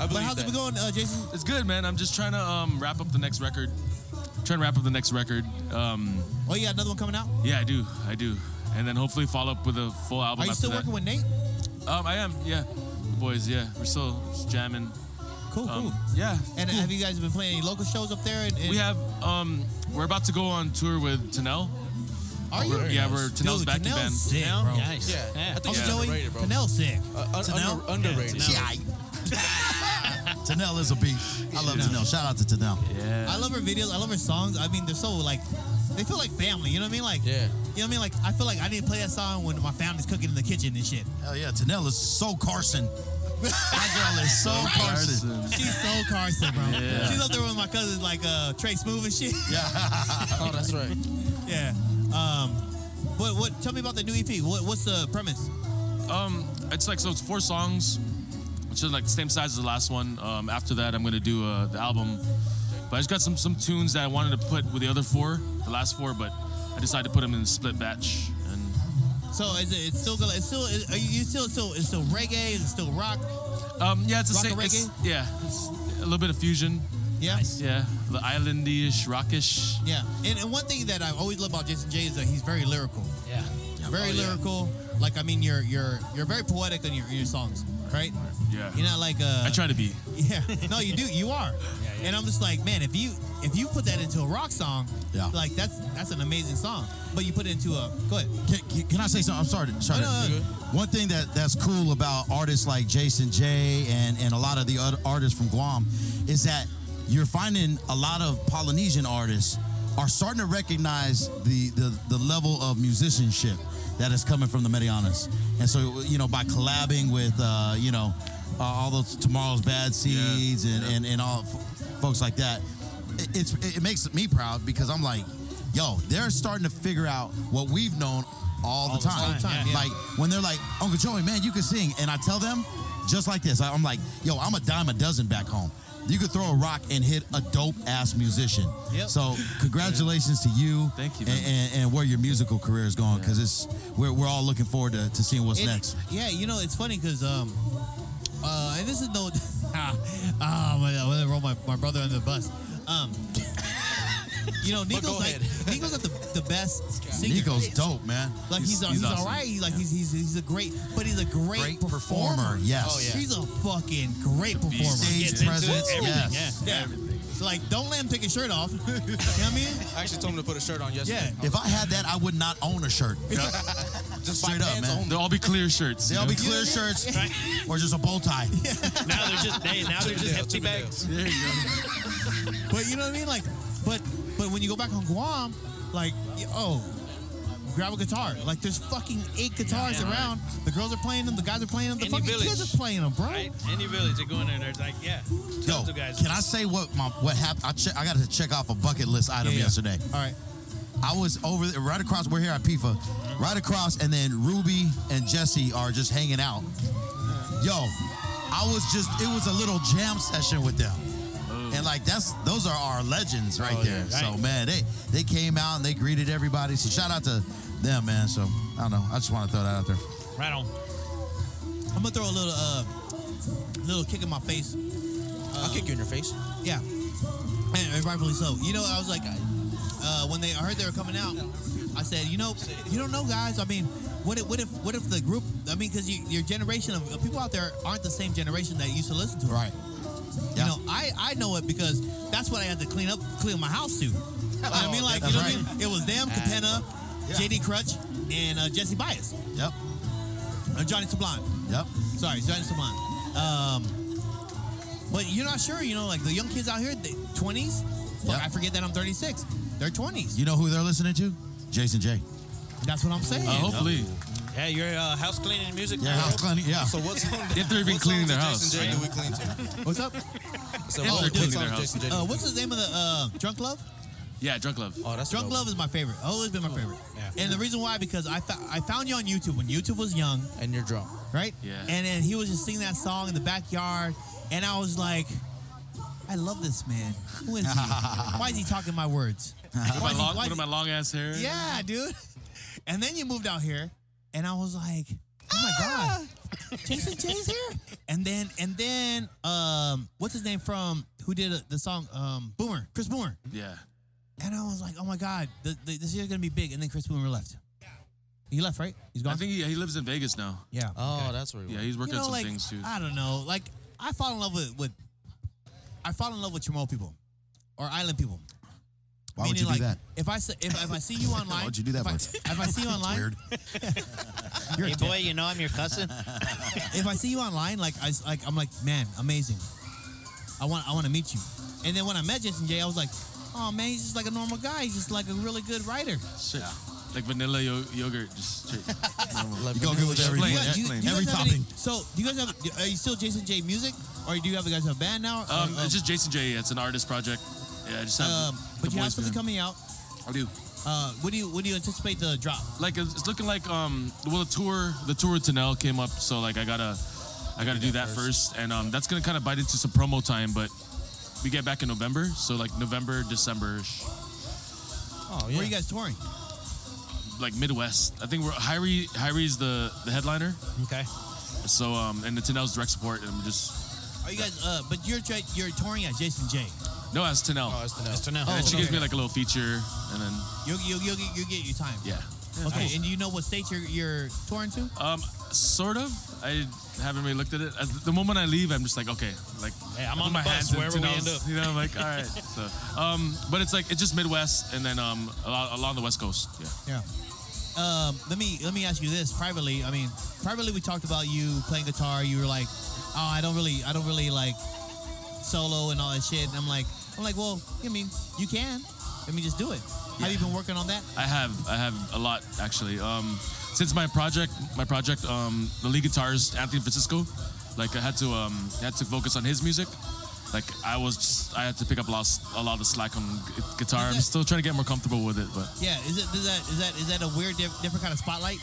S7: I believe
S2: But how's
S7: that.
S2: it been going, uh, Jason?
S8: it's good, man. I'm just trying to um, wrap up the next record. Trying to wrap up the next record. Um,
S2: Oh, you got another one coming out?
S8: yeah, I do. I do. And then hopefully follow up with a full album.
S2: Are you
S8: after
S2: still
S8: that.
S2: working with Nate?
S8: Um, I am. Yeah, the boys. Yeah, we're still jamming.
S2: Cool,
S8: Um,
S2: cool.
S8: yeah.
S2: And uh, have you guys been playing any local shows up there? And, and
S8: We have. Um, we're about to go on tour with Tanel.
S2: Are you?
S8: We're- yeah, we're Tanel's
S2: Dude,
S8: backing
S2: Tanel's
S8: band.
S2: Sick, bro.
S6: Nice.
S7: Yeah. I think it's
S2: Also,
S8: Yeah.
S2: Joey,
S7: underrated, bro.
S2: Tanel's sick.
S7: Uh, un-
S5: Tanel?
S7: under- underrated.
S6: Yeah,
S5: Yeah. Tanel is a beast. I love Tanel. Shout out to Tanel.
S8: Yeah.
S2: I love her videos. I love her songs. I mean, they're so like, they feel like family. You know what I mean? Like,
S7: Yeah.
S2: You know what I mean? Like, I feel like I need to play that song when my family's cooking in the kitchen and shit.
S5: Hell yeah, Tanel is so Carson. That girl is so Carson.
S2: She's so Carson, bro. She's up there with my cousins, like uh, Trey Smooth and shit.
S7: Oh, that's right.
S2: Yeah. Um, what what? Tell me about the new EP. What what's the premise?
S8: Um, it's like so. It's four songs, which is like the same size as the last one. Um, after that, I'm gonna do uh, the album. But I just got some some tunes that I wanted to put with the other four, the last four, but I decided to put them in a split batch. And
S2: So is it? It's still gonna. It's still. Is, are you, you still still? It's still reggae. It's still rock.
S8: um, yeah, it's the
S2: Rock
S8: same.
S2: and
S8: it's-
S2: reggae?
S8: yeah, it's, a little bit of fusion.
S2: Yeah.
S8: Yeah, the islandish, rockish.
S2: Yeah, and, and one thing that I always love about Jason J is that he's very lyrical.
S4: Yeah.
S8: Oh,
S2: Very lyrical. Like I mean, you're you're you're very poetic in your, in your songs, right?
S8: Yeah.
S2: You're not like uh
S8: I try to be.
S2: Yeah. No, you do. You are. And I'm just like, man, if you if you put that into a rock song,
S5: Yeah.
S2: like that's that's an amazing song. But you put it into a go ahead.
S5: Can, can- can I say something? I'm sorry. to- sorry. to-
S2: No, no, no.
S5: One thing that, that's cool about artists like Jason J and, and a lot of the other artists from Guam is that you're finding a lot of Polynesian artists are starting to recognize the, the, the level of musicianship that is coming from the Medianas. And so, you know, by collabing with, uh, you know, uh, all those Tomorrow's Bad Seeds and, and, and all f- folks like that, it, it's, it makes me proud because I'm like, yo, they're starting to figure out what we've known all, the, time.
S2: time, yeah.
S5: Like when they're like, Uncle Joey, man, you can sing, and I tell them just like this. I- I'm like, yo, I'm a dime a dozen back home. You could throw a rock and hit a dope ass musician.
S2: Yep.
S5: So congratulations to you.
S8: Thank you, man.
S5: And, and, and where your musical career is going, because it's we're, we're all looking forward to, to seeing what's
S2: It-
S5: next.
S2: Yeah, you know, it's funny because um, uh, and this is no, ah, my, I'm gonna roll my, my brother under the bus. Um, you know, Nico's
S7: go
S2: like
S7: ahead.
S2: Nico's not the, the best singer.
S5: Nico's dope, man.
S2: Like he's he's,
S8: he's awesome.
S2: all right. He's like he's, he's he's a great, but he's a great,
S5: Great
S2: performer.
S5: performer, yes. Oh, yeah.
S2: he's a fucking great performer.
S5: Stage presence, yes.
S2: Yeah. It's like don't let him take his shirt off. you know what I mean?
S7: I actually told him to put a shirt on yesterday.
S2: Yeah.
S5: If I had that, I would not own a shirt.
S7: just
S5: Straight up, man.
S8: They'll all be clear shirts. you
S5: They'll
S8: know?
S5: be clear shirts or just a bow tie.
S4: Now they're just they, now they're just hefty bags.
S2: But you know what I mean? Like, but but when you go back on Guam, like, y- oh, grab a guitar. Like, there's fucking eight guitars
S4: Yeah, yeah,
S2: around. The girls are playing them. The guys are playing them. The
S4: Any
S2: fucking
S4: village.
S2: kids are playing them, bro.
S4: Right? Any village, they go in there, they're like, yeah,
S5: Yo,
S4: tons of guys.
S5: can I say what my what happened? I che- I got to check off a bucket list item
S2: Yeah, yeah.
S5: yesterday.
S2: All right.
S5: I was over there, right across. We're here at PIFA, right across, and then Ruby and Jesse are just hanging out. Yo, I was just. It was a little jam session with them, and like that's those are our legends right there. So man, they they came out and they greeted everybody. So shout out to them, man. So I don't know. I just want to throw that out there.
S4: Right on.
S2: I'm gonna throw a little uh, little kick in my face.
S7: I'll kick you in your face.
S2: Yeah, and, and rightfully so. You know, I was like, uh, when they I heard they were coming out, I said, you know, you don't know, guys. I mean, what if what if what if the group? I mean, because you, your generation of of people out there aren't the same generation that used to listen to. it.
S5: Right. Yeah.
S2: You know, I, I know it because that's what I had to clean up, clean my house to. You know what I mean? Like, you
S5: Oh, that's
S2: know what
S5: right.
S2: I mean? It was them, Katena, JD Crutch, and uh, Jesse Bias,
S5: Yep.
S2: uh, Johnny Sublime.
S5: Yep.
S2: Sorry, Johnny Sublime. Um, but you're not sure, you know, like the young kids out here, the 20s. Fuck,
S5: Yep.
S2: I forget that I'm 36. They're 20s.
S5: You know who they're listening to? Jason J.
S2: That's what I'm saying.
S8: Uh, hopefully,
S4: Yeah, your uh, house cleaning music.
S5: Yeah. House cleaning. Yeah.
S7: So what's on
S8: If they're even
S7: what
S8: cleaning
S7: songs
S8: their
S7: of Jason
S8: house.
S7: J do we clean to?
S2: What's up?
S7: So
S8: If
S2: Oh,
S7: what-
S8: they're
S7: what
S8: cleaning
S7: songs
S8: their
S7: of Jason J do
S2: Uh,
S7: we
S2: what's
S7: clean
S2: the name of the uh, Drunk Love?
S8: yeah, drunk love.
S7: to? Oh, that's
S2: Drunk
S7: dope.
S2: Love is my favorite. Always been my favorite. And the reason why, because I, fo- I found you on YouTube when YouTube was young,
S7: And you're drunk.
S2: right?
S8: Yeah.
S2: And then he was just singing that song in the backyard, and I was like, I love this man. Who is he? why is he talking my words?
S8: With
S2: Why
S8: my
S2: is he-
S8: long,
S2: why is
S8: with
S2: he-
S8: my long ass hair.
S2: Yeah, dude. And then you moved out here, and I was like, oh my
S5: Ah!
S2: god, Jason J's here. And then and then um, what's his name from who did uh, the song um Boomer, Chris Boomer.
S8: Yeah.
S2: And I was like, oh my god, the, the, this year's gonna be big. And then Chris Boomer left. He left, right? He's gone.
S8: I think he, he lives in Vegas now.
S2: yeah.
S7: Oh, that's where
S8: Yeah, he's
S2: you
S8: working
S2: know,
S8: on some
S2: like
S8: things too.
S2: I don't know. Like I fall in love with with I fall in love with Chamorro people or island people.
S5: Why would
S2: Meaning,
S5: you do
S2: like,
S5: that?
S2: If I, se- if, if I see you online,
S5: Why would you do
S2: If
S5: that?
S2: I,
S5: for?
S2: if I see you online,
S5: Weird.
S4: Hey boy, you know I'm your cousin.
S2: if I see you online, like I like I'm like, man, amazing. I want I want to meet you. And then when I met Jason J, I was like, oh man, he's just like a normal guy. He's just like a really good writer.
S8: Shit. Like vanilla yo- yogurt, just straight.
S5: You go good with every,
S8: Explain,
S5: every,
S2: you- you
S5: every
S2: guys have
S5: topping.
S2: any- so do you guys have? Are you still Jason J music, or do you have you guys have a band now? Or-
S8: Um,
S2: or-
S8: it's just Jason J. It's an artist project. Yeah, I just have
S2: um,
S8: the
S2: but you have
S8: boys
S2: something
S8: band.
S2: coming out.
S8: I do.
S2: Uh, what do you what do you anticipate the drop?
S8: Like it's it's looking like um well the tour the tour with Tanel came up so like I gotta I gotta do that first, and um that's gonna kind of bite into some promo time but we get back in November so like November December
S7: Oh,
S2: Where are you guys touring?
S8: like Midwest I think we're Hyrie Hyrie's the the headliner
S4: okay.
S8: so um and the Tanel's direct support and I'm just
S2: Are you guys? Uh, but you're tra- you're touring at Jason J.
S8: No, as to know.
S7: Oh, that's the no.
S4: Mr. Now.
S8: and then she gives me like a little feature, and then
S2: You you you you get your time.
S8: yeah,
S2: Okay. And you know what state you're you're touring to?
S8: um, sort of. I haven't really looked at it. As the moment I leave, I'm just like, okay, like
S4: Hey, I'm
S8: put
S4: on
S8: my
S4: my bus
S8: hands in
S4: wherever we
S8: towels,
S4: end up.
S8: You know, I'm like, all right. So, um, but it's like it's just Midwest, and then um, along, along the West Coast. Yeah.
S2: Yeah. Um, let me let me ask you this privately. I mean, privately we talked about you playing guitar. You were like, oh, I don't really, I don't really like solo and all that shit. And I'm like, I'm like, well, I mean, you can. I mean, just do it. Have you been working on that?
S8: I have. I have a lot actually. Um, since my project, my project, um, the lead guitarist Anthony Francisco, like I had to um, had to focus on his music. Like I was, just, I had to pick up a lot, a lot of slack on gu- guitar. I'm
S2: that-
S8: still trying to get more comfortable with it, but
S2: Yeah. Is it is that is that is that a weird diff- different kind of spotlight?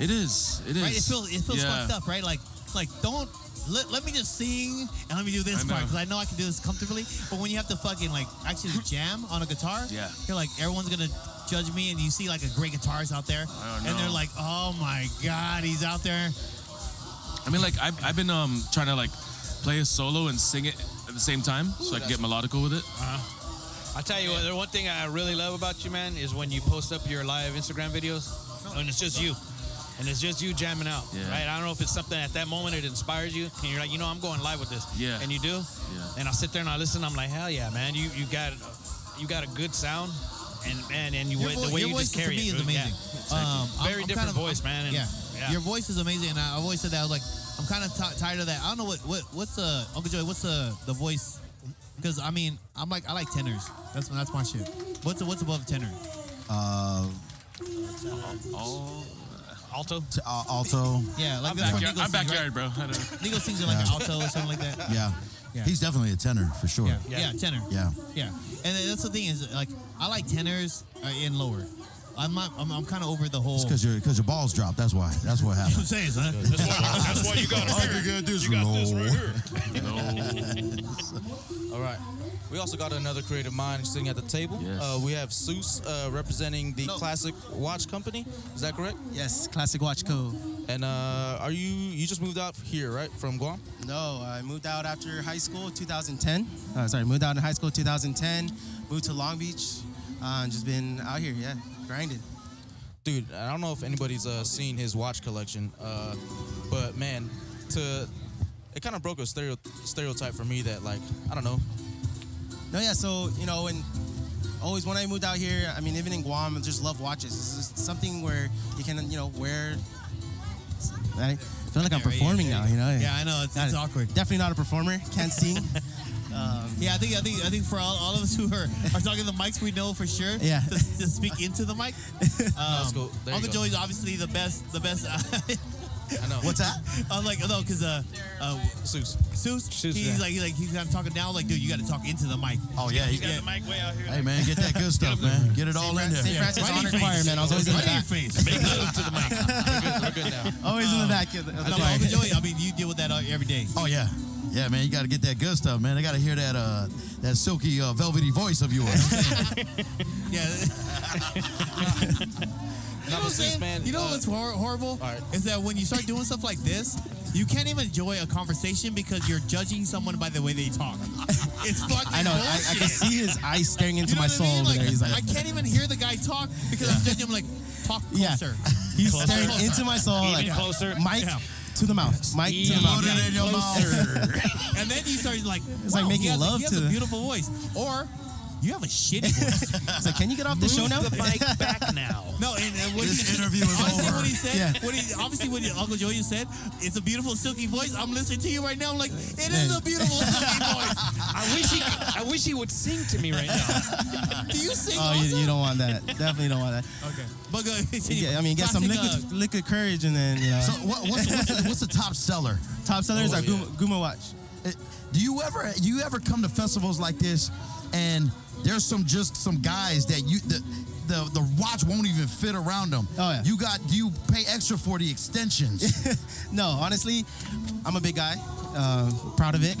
S8: it is, it is.
S2: Right. It feels it feels
S8: yeah.
S2: fucked up. Right. Like like don't. Let, let me just sing and let me do this part
S8: I know.
S2: because I know I can do this comfortably. But when you have to fucking like actually jam on a guitar,
S8: Yeah.
S2: you're like everyone's gonna judge me, and you see like a great guitarist out there,
S8: I don't
S2: and they're
S8: know.
S2: like, oh my god, he's out there.
S8: I mean, like I've, I've been um trying to like play a solo and sing it at the same time, so I can get melodical with it.
S4: I tell you what, the one thing I really love about you, man, is when you post up your live Instagram videos, and it's just you, and it's just you jamming out,
S8: Yeah.
S4: right? I don't know if it's something at that moment it inspires you, and you're like, you know, I'm going live with this,
S8: Yeah.
S4: and you do,
S8: Yeah.
S4: and I sit there and I listen, I'm like, hell yeah, man, you you got you got a good sound, and man, and you
S2: Your,
S4: the
S2: vo-
S4: way
S2: your
S4: you
S2: voice
S4: just carry
S2: to me
S4: it,
S2: is
S4: dude. Yeah.
S2: amazing. Um, I'm-
S4: Very
S2: I'm
S4: different
S2: kind of-
S4: voice, man. And,
S2: yeah.
S4: yeah.
S2: your voice is amazing, and I, I've always said that. I was like, I'm kind of t- tired of that. I don't know what, what what's uh Uncle Joey, what's the the voice? Because I mean, I'm like I like tenors. That's that's my shit. What's what's above tenor?
S8: Oh.
S4: alto.
S5: T- uh, alto.
S2: Yeah, like that's what
S8: Backyard,
S2: Nico
S8: I'm
S2: sings, right?
S8: backyard, bro. I don't-
S2: Nico sings in like an alto or something like that.
S5: Yeah.
S2: Yeah.
S5: He's definitely a tenor for sure.
S2: Yeah,
S4: Yeah.
S2: yeah, tenor.
S5: Yeah.
S2: yeah. And then that's the thing is like I like tenors uh, and lower. I'm not. I'm, I'm kind of over the whole.
S5: It's because your because your balls dropped. That's why. That's what happened.
S2: saying, son.
S6: That's why, that's why you got it here.
S5: this
S6: You got this right here.
S7: All right. We also got another creative mind sitting at the table.
S8: Yes.
S7: Uh, we have Seuss uh, representing the
S2: No.
S7: Classic Watch Company. Is that correct?
S9: Yes, Classic Watch Co.
S7: And uh, are you you just moved out here, right, from Guam?
S9: No, I moved out after high school, 2010. Uh, sorry, moved out in high school, 2010. Moved to Long Beach. Uh, just been out here, yeah, grinded.
S7: Dude, I don't know if anybody's uh, seen his watch collection, uh, but man, to it kind of broke a stereo, stereotype for me that like I don't know.
S9: No, yeah. So you know, and always when I moved out here, I mean, even in Guam, I just love watches. It's just something where you can, you know, wear. I feel like I'm performing now. You know.
S2: Yeah, I know. It's, it's
S9: Not-
S2: awkward.
S9: Definitely not a performer. Can't sing.
S2: Yeah, I think I think I think for all, all of us who are, are talking to the mics, we know for sure.
S9: Yeah.
S2: To, to speak into the mic.
S7: Let's go. There you
S2: Uncle
S7: go.
S2: Joey's obviously Um, the best. The best.
S7: I know.
S5: What's that?
S2: I'm like no, because uh, uh,
S7: Seuss?
S2: Seuss,
S4: Seuss,
S2: he's
S4: yeah.
S2: like he's like he's kind of talking down. Like, dude, you got to talk into the mic.
S5: Oh yeah. He,
S2: Yeah.
S6: Mic way out here.
S5: Hey man, get that good stuff, man. Get it all in there.
S9: St. Francis
S2: Right in
S9: Honor
S2: your
S9: Choir,
S2: face.
S9: man. I was always in the
S2: Right in your
S9: back.
S2: face. Make love to the mic.
S7: We're good now.
S9: Always in
S5: Uh,
S9: the back. of the- of the
S2: No,
S9: choir.
S2: Uncle Joey, I mean, you deal with that uh, every day.
S5: Oh yeah. Yeah, man, you gotta get that good stuff, man. I gotta hear that uh that silky uh, velvety voice of yours.
S2: Yeah.
S7: Nah,
S2: You know
S7: but
S2: what I'm
S7: Seuss,
S2: saying?
S7: man,
S2: You know
S7: uh,
S2: what's hor- horrible?
S7: alright.
S2: Is that when you start doing stuff like this, you can't even enjoy a conversation because you're judging someone by the way they talk. It's fucking
S9: I know. I, I can
S2: bullshit.
S9: see his eyes staring into
S2: you know
S9: my
S2: what
S9: soul
S2: I mean?
S9: over
S2: Like,
S9: there. He's like,
S2: I can't even hear the guy talk because I'm judging him like, talk
S9: Yeah.
S2: closer.
S9: he's
S2: Closer.
S9: staring
S2: Closer.
S9: into my soul.
S4: Even
S9: like,
S4: closer.
S9: Mike
S2: Yeah.
S9: to the mouth. Mike to the mouth.
S5: Put it in your mouth.
S2: And then you start like,
S9: It's like
S2: wow,
S9: making
S2: he has, a-
S9: love
S2: he has
S9: to
S2: a
S9: the-
S2: beautiful voice. Or you have a shitty voice.
S9: It's like, can you get off the show now?
S4: The mic back now.
S2: No, and, and what
S5: This
S2: he,
S5: interview is
S2: honestly,
S5: over.
S2: What he said,
S5: Yeah.
S2: what he, obviously what Uncle Joey said, it's a beautiful silky voice. I'm listening to you right now. I'm like, it is a beautiful silky voice.
S4: I wish he, I wish he would sing to me right now.
S2: Do you sing?
S9: Oh,
S2: also?
S9: you, you don't want that. Definitely don't want that.
S5: Oh,
S2: Okay, but go.
S9: Yeah, I mean, get some
S2: Classic, uh,
S9: liquid, liquid courage, and then you know.
S5: uh, So what, what's, what's, what's the top seller?
S9: top sellers
S7: Oh,
S9: are
S7: yeah.
S9: Guma, Guma Watch.
S5: It- Do you ever do you ever come to festivals like this and there's some just some guys that you the the, the watch won't even fit around them.
S9: Oh, yeah.
S5: You got do you pay extra for the extensions?
S9: No, honestly, I'm a big guy. Uh, proud of it,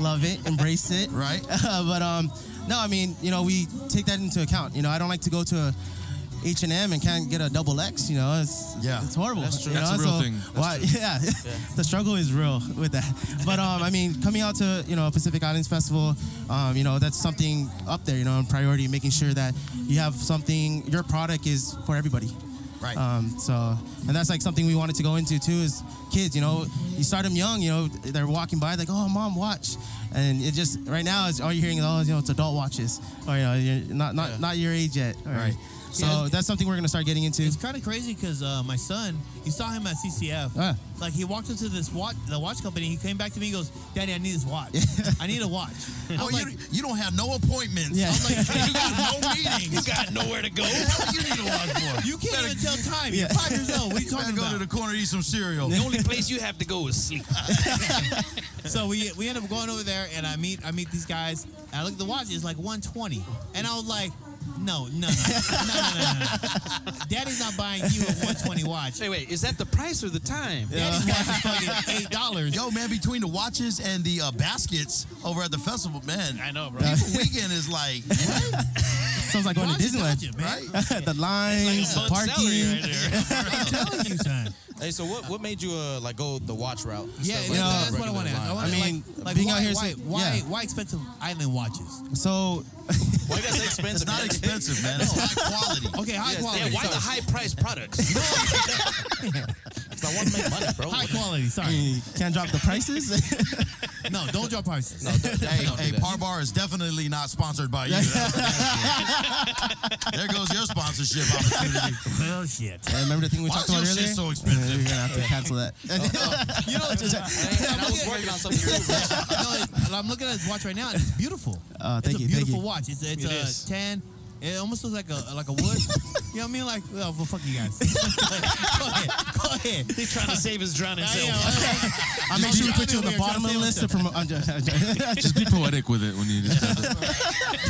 S9: love it, embrace it. Uh,
S5: Right.
S9: but um, no, I mean, you know, we take that into account. You know, I don't like to go to a H and M and can't get a double X, you know, it's
S5: Yeah.
S9: it's horrible.
S7: That's true.
S9: you
S8: That's
S9: know,
S8: a real
S9: so
S8: thing. That's
S9: why- yeah, the struggle is real with that. But um, I mean, coming out to you know Pacific Islands Festival, um, you know, that's something up there, you know, in priority, making sure that you have something. Your product is for everybody.
S5: Right.
S9: Um, so, and that's like something we wanted to go into too is kids, you know, you start them young, you know, they're walking by, like, oh, mom, watch. And it just, right now, is all you're hearing is, oh, you know, it's adult watches. Or, you know, you're not, not, not your age yet. All right.
S5: Right.
S9: So
S2: Yeah.
S9: that's something we're going to start getting into.
S2: It's kind of crazy because uh, my son, you saw him at CCF.
S9: Ah.
S2: Like he walked into this watch, the watch company. He came back to me. He goes, "Daddy, I need this watch. I need a watch." I'm
S5: oh,
S2: like,
S5: you, you don't have no appointments.
S9: Yeah.
S5: I'm like, you got no meetings. You got
S8: Nowhere to go.
S5: what you need a watch for.
S2: you can't even tell time. You're five years old. What are you
S5: better
S2: talking
S5: go
S2: about?
S5: to the corner eat some cereal.
S4: The only place you have to go is sleep.
S2: So we we end up going over there, and I meet I meet these guys. And I look at the watch; it's like 120, and I was like, "No, no, no, no, no, no, no, no. Daddy's not buying you a 120 watch.
S4: Wait, wait, is that the price or the time?
S2: Daddy's watch is fucking eight dollars."
S5: Yo, man, between the watches and the uh, baskets over at the festival, man,
S4: I know, bro.
S5: people weekend is like, what?
S9: Sounds like going to Disneyland.
S5: right?
S9: the lines, the
S4: Bun celery
S9: parking.
S4: right there.
S2: I'm telling you, son.
S7: Hey, so what what made you uh, like go the watch route?
S2: Yeah,
S7: instead of,
S2: you know,
S7: like, the
S2: that's what I
S7: regular
S2: want to ask. I
S7: line?
S2: want
S9: I mean,
S2: like, like
S9: being
S2: why,
S9: out here is-
S2: why, why,
S9: yeah.
S2: why expensive island watches?
S9: So,
S7: Why you gotta say expensive?
S5: It's not
S7: man?
S5: expensive, man. It's high quality.
S2: Okay, high quality.
S4: Yeah, why the high price products?
S7: I want to make money, bro.
S2: High quality.
S9: I
S2: Sorry,
S9: mean, can't drop the prices.
S2: no, don't drop prices.
S5: Hey,
S7: don't do
S5: hey,
S7: that.
S5: Par Bar is definitely not sponsored by you. there goes your sponsorship opportunity.
S2: Well, shit.
S9: I remember the thing we
S5: Why
S9: talked
S5: is your
S9: about earlier?
S5: shit so
S9: We're
S5: expensive? Oh,
S9: going to have to cancel that.
S2: You know, it's just,
S7: And, and I was working on something. too, bro.
S2: no, it, I'm looking at his watch right now. and It's beautiful.
S9: Oh,
S2: it's
S9: thank you,
S2: a
S9: thank
S2: beautiful
S9: you.
S2: watch. It's, it's
S4: It
S2: a
S4: is.
S2: tan. It almost looks like a like a wood. you know what I mean? Like, oh, well, well, fuck you guys. go ahead. Go ahead.
S4: He's trying to save his drowning
S2: I, you
S4: self.
S2: know,
S9: I'll make sure we put you on the
S2: You're
S9: bottom of the
S2: trying to
S9: list to promote. I'm just- I'm just-
S8: Just be poetic with it when you just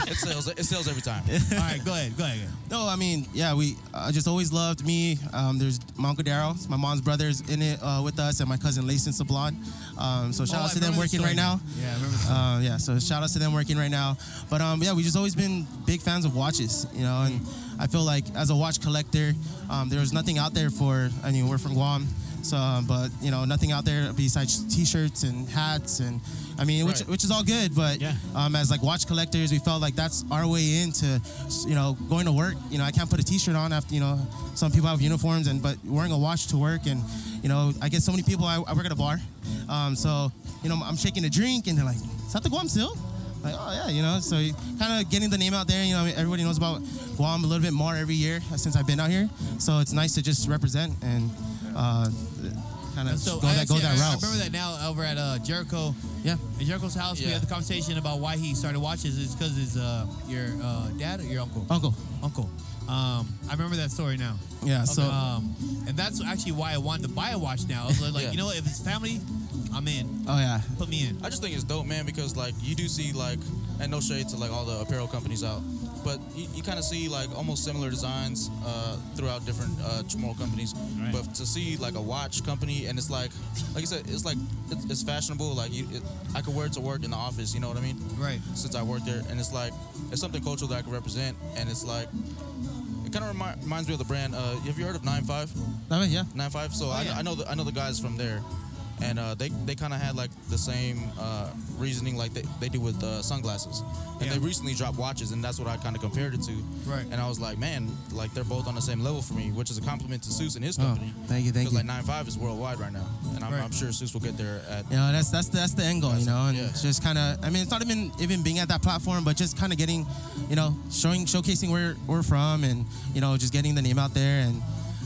S7: It sells. It sells every time.
S2: all right, go ahead. Go ahead.
S9: No, I mean, yeah, we. I just always loved me. Um, there's my uncle Daryl, my mom's brother is in it uh, with us, and my cousin Layson Sablon. Um, so shout
S2: Oh,
S9: out
S2: I
S9: to them
S2: remember the
S9: working
S2: story
S9: right now.
S2: Yeah, I remember. the-
S9: Uh, yeah, so shout out to them working right now. But um, yeah, we just always been big fans of watches, you know. And I feel like as a watch collector, um, there was nothing out there for. I mean, we're from Guam, so um, but you know, nothing out there besides T-shirts and hats and. I mean, which
S7: Right.
S9: which is all good, but
S4: Yeah.
S9: um, as like watch collectors, we felt like that's our way into, you know, going to work. You know, I can't put a T-shirt on after you know some people have uniforms, and but wearing a watch to work, and you know, I get so many people. I, I work at a bar, um, so you know, I'm shaking a drink, and they're like, "Is that the Guam still?" Like, oh yeah, you know. So kind of getting the name out there. You know, everybody knows about Guam a little bit more every year since I've been out here, so it's nice to just represent and. Uh, Kind of
S2: So
S9: go
S2: I
S9: that go
S2: actually-
S9: that
S2: I- I
S9: route.
S2: remember that now over at uh, Jericho.
S9: Yeah.
S2: At Jericho's house, we
S7: Yeah.
S2: had the conversation about why he started watches. It's because his uh, your uh, dad or your uncle.
S9: Uncle.
S2: Uncle. Um, I remember that story now.
S9: Yeah. So
S2: um, and that's actually why I wanted to buy a watch now. I was like,
S7: Yeah.
S2: you know what? If it's family, I'm in.
S9: oh yeah.
S2: Put me in.
S7: I just think it's dope, man, because like you do see like, and no shade to like all the apparel companies out, but you, you kind of see like almost similar designs uh, throughout different uh, Chamorro companies. But to see like a watch company and it's like, like I said, it's like it's, it's fashionable. Like you, it, I could wear it to work in the office. You know what I mean?
S2: Right.
S7: Since I work there, and it's like it's something cultural that I can represent, and it's like. It kind of remi- reminds me of the brand. Uh, have you heard of Nine Five?
S9: I mean, yeah.
S7: Nine Five. So I,
S2: Oh, yeah.
S7: I know the, I know the guys from there, and uh, they they kind of had like the same uh, reasoning like they, they do with uh, sunglasses, and
S2: Yeah.
S7: they recently dropped watches, and that's what I kind of compared it to.
S2: Right.
S7: And I was like, man, like they're both on the same level for me, which is a compliment to Seuss and his company.
S9: Oh, thank you, thank
S7: Because like
S9: you.
S7: Nine Five is worldwide right now, and I'm,
S2: Right.
S7: I'm sure Seuss will get there at.
S9: You know, that's that's that's the end goal, you know, and
S7: Yeah.
S9: just kind of. I mean, it's not even even being at that platform, but just kind of getting, you know, showing showcasing where we're from, and you know, just getting the name out there, and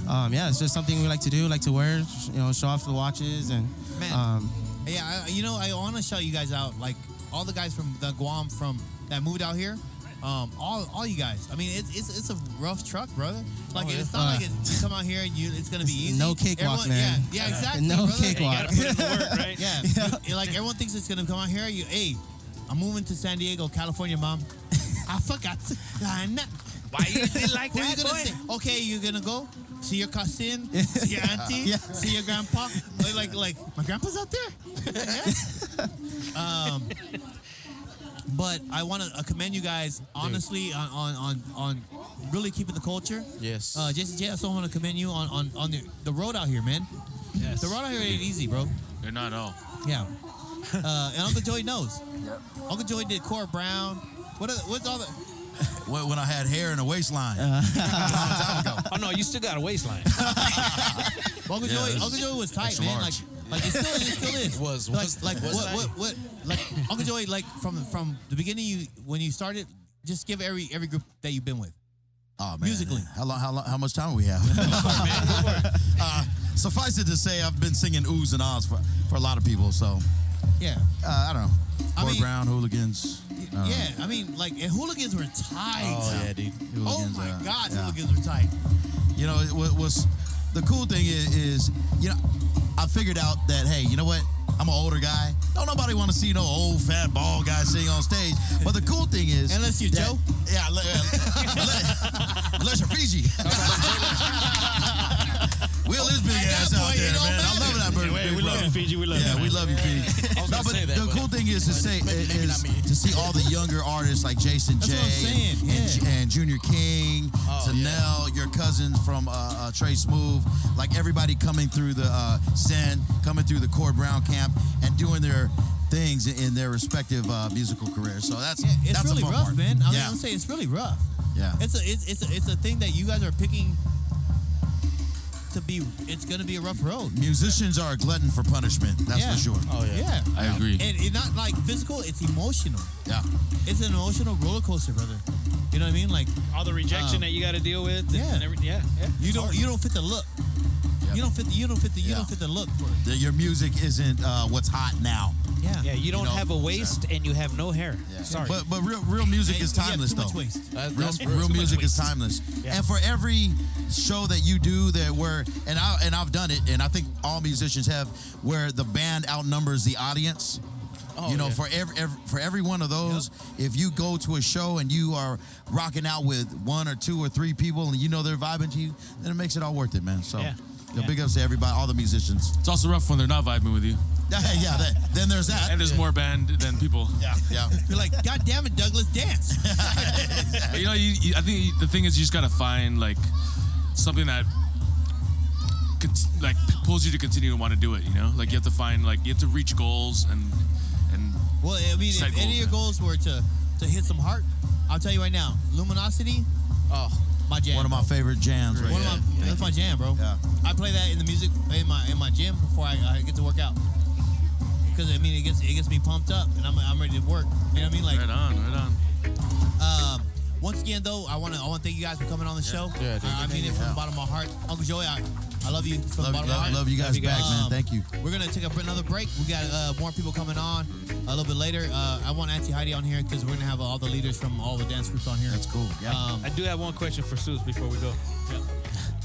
S9: um, yeah, it's just something we like to do, like to wear, sh- you know, show off the watches, and
S2: Man.
S9: um,
S2: Yeah, I, you know, I want to shout you guys out. Like all the guys from the Guam from that moved out here. Um, all, all you guys. I mean, it's, it's it's a rough truck, brother. Like it's not
S9: Uh,
S2: like it's, you come out here and you it's gonna be easy.
S9: no cakewalk,
S2: Everyone-
S9: man.
S2: Yeah, yeah, exactly.
S9: no
S2: brother.
S9: cakewalk.
S4: Gotta put in the work, right?
S2: Yeah, you- like everyone thinks it's gonna come out here. You, hey, I'm moving to San Diego, California, mom. I forgot. to- I not-
S4: Why you did like
S2: Who are you
S4: that,
S2: gonna
S4: boy?
S2: say? Okay, you're gonna go see your cousin, see your auntie, see your grandpa. Like, like, like, my grandpa's out there. Yeah. um, uh, but I want to commend you guys honestly on, on on on really keeping the culture.
S7: Yes.
S2: Uh, Jason J, I also want to commend you on, on, on the, the road out here, man.
S4: Yes.
S2: The road out here ain't easy, bro.
S8: They're not all.
S2: Yeah. Uh, and Uncle Joey knows. Uncle Joey did Cora Brown. What are, what's all the
S5: When when I had hair and a waistline.
S9: Uh,
S4: Oh no, you still got a waistline.
S2: Uncle
S5: Yeah,
S2: Joey?
S5: it's-
S2: Uncle Joey was tight,
S5: extra
S2: man.
S5: large.
S2: Like, like it still, it still is.
S7: Was-
S2: like,
S7: was-
S2: like
S7: was
S2: what,
S7: tight.
S2: what, what, like Uncle Joey, like from from the beginning, you when you started, just give every every group that you've been with.
S5: Oh, man.
S2: Musically.
S5: How long, how long? How much time we have? uh, suffice it to say, I've been singing oohs and ahs for, for a lot of people. So
S2: Yeah,
S5: uh, I don't know.
S2: I
S5: Boy
S2: mean-
S5: Brown hooligans. Uh,
S2: yeah. I mean, like and hooligans were tight.
S7: Oh yeah, dude.
S2: Oh
S5: Hooligans,
S2: my
S5: uh,
S2: God,
S5: yeah.
S2: hooligans were tight.
S5: You know, it wa- was the cool thing is, is you know, I figured out that hey, you know what? I'm an older guy. Don't nobody want to see no old fat bald guy singing on stage. But the cool thing is,
S2: Unless you're
S5: that-
S2: Joe.
S5: yeah, le- le- unless you're Fiji. Will is big ass
S2: that point,
S5: out
S2: it
S5: there,
S2: don't
S5: man. I love that bird. big brother.
S4: Fiji. We love
S5: Yeah, we love you, Fiji.
S7: I was gonna
S5: No, but
S7: say that.
S5: the
S7: but
S5: cool thing is to say
S7: maybe- maybe
S5: is
S7: not me.
S5: to see all the younger artists like Jason J
S2: what I'm saying,
S5: and,
S2: yeah.
S5: and Junior King,
S7: Oh,
S5: Tanel, your cousins from uh, uh, Trey Smooth, like everybody coming through the uh, Zen, coming through the Core Brown camp, and doing their things in their respective uh, musical careers. So that's
S2: Yeah, it's
S5: that's
S2: really
S5: a fun
S2: rough,
S5: part.
S2: man. I'm
S5: yeah,
S2: gonna say it's really rough.
S5: yeah.
S2: It's a it's it's a, it's a thing that you guys are picking to be. It's gonna be a rough road.
S5: Musicians are a glutton for punishment. That's
S2: Yeah.
S5: for sure.
S7: Oh yeah.
S2: Yeah.
S8: I agree.
S2: And it's not like physical, it's emotional.
S5: Yeah.
S2: It's an emotional roller coaster, brother. You know what I mean? Like
S4: all the rejection
S2: Um,
S4: that you got to deal with. and
S2: yeah.
S4: every- yeah, yeah.
S2: you don't you don't fit the look. You don't fit the you don't fit the you
S5: Yeah.
S2: don't fit the look for it.
S5: That your music isn't uh, what's hot now.
S2: Yeah.
S4: Yeah, you don't
S5: know,
S4: have a waist and you have no hair.
S5: Yeah.
S4: Sorry.
S5: But but real real music
S2: Hey,
S5: is
S2: we have
S5: timeless
S2: too much
S5: though.
S2: waste.
S7: That,
S5: Real,
S7: that's real.
S5: real
S4: too much
S5: music is
S4: waste.
S5: timeless.
S4: Yeah.
S5: And for every show that you do that where and I and I've done it and I think all musicians have where the band outnumbers the audience.
S7: Oh,
S5: you know,
S7: yeah.
S5: for every, every for every one of those, if you go to a show and you are rocking out with one or two or three people and you know they're vibing to you, then it makes it all worth it, man. So
S4: Yeah.
S5: yeah,
S4: Yeah.
S5: big ups to everybody, all the musicians.
S8: It's also rough when they're not vibing with you.
S5: Yeah, yeah. That, then there's
S8: And
S5: that.
S8: there's more band than people.
S5: Yeah, yeah.
S2: You're like, God damn it, Douglas, dance.
S8: But, you know, you, you, I think the thing is you just gotta find like something that cont- like pulls you to continue to want to do it. You know, like you have to find like you have to reach goals and and
S2: Well, I mean,
S8: Set
S2: if any of your
S8: goals,
S2: goals were to to hit some heart, I'll tell you right now, luminosity,
S7: Oh,
S2: my jam.
S5: One of my favorite jams right
S2: One of
S5: there.
S2: my- that's my jam, bro.
S5: Yeah.
S2: I play that in the music in my in my gym before I, I get to work out. Because I mean, it gets it gets me pumped up, and I'm, I'm ready to work. You know what I mean? Like,
S8: right on, right on.
S2: um, once again, though, I want to I want to thank you guys for coming on the show.
S7: Yeah, dude.
S2: I, I mean it from the bottom of my heart, Uncle Joey. I, I love you from the
S5: Love,
S2: bottom of my
S5: love,
S2: heart.
S5: love you guys
S4: you
S5: back,
S4: guys.
S5: man.
S2: Um,
S5: Thank you.
S2: We're gonna take a, br- another break. We got uh, more people coming on a little bit later. Uh, I want Auntie Heidi on here because we're gonna have all the leaders from all the dance groups on here.
S5: That's cool. Yeah.
S2: Um,
S4: I do have one question for Suze before we go.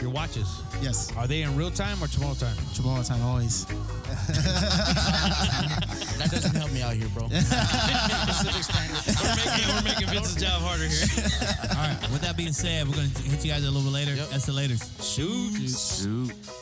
S4: Your watches,
S9: Yes,
S4: are they in real time or tomorrow time?
S9: Jamal time always.
S7: that doesn't help me out here, bro. Pacific Standard.
S4: We're making, we're making Vince's job harder here.
S2: all right. With that being said, we're gonna hit you guys a little bit later.
S7: Yep.
S2: That's the laters.
S4: Shoot.
S8: Shoot.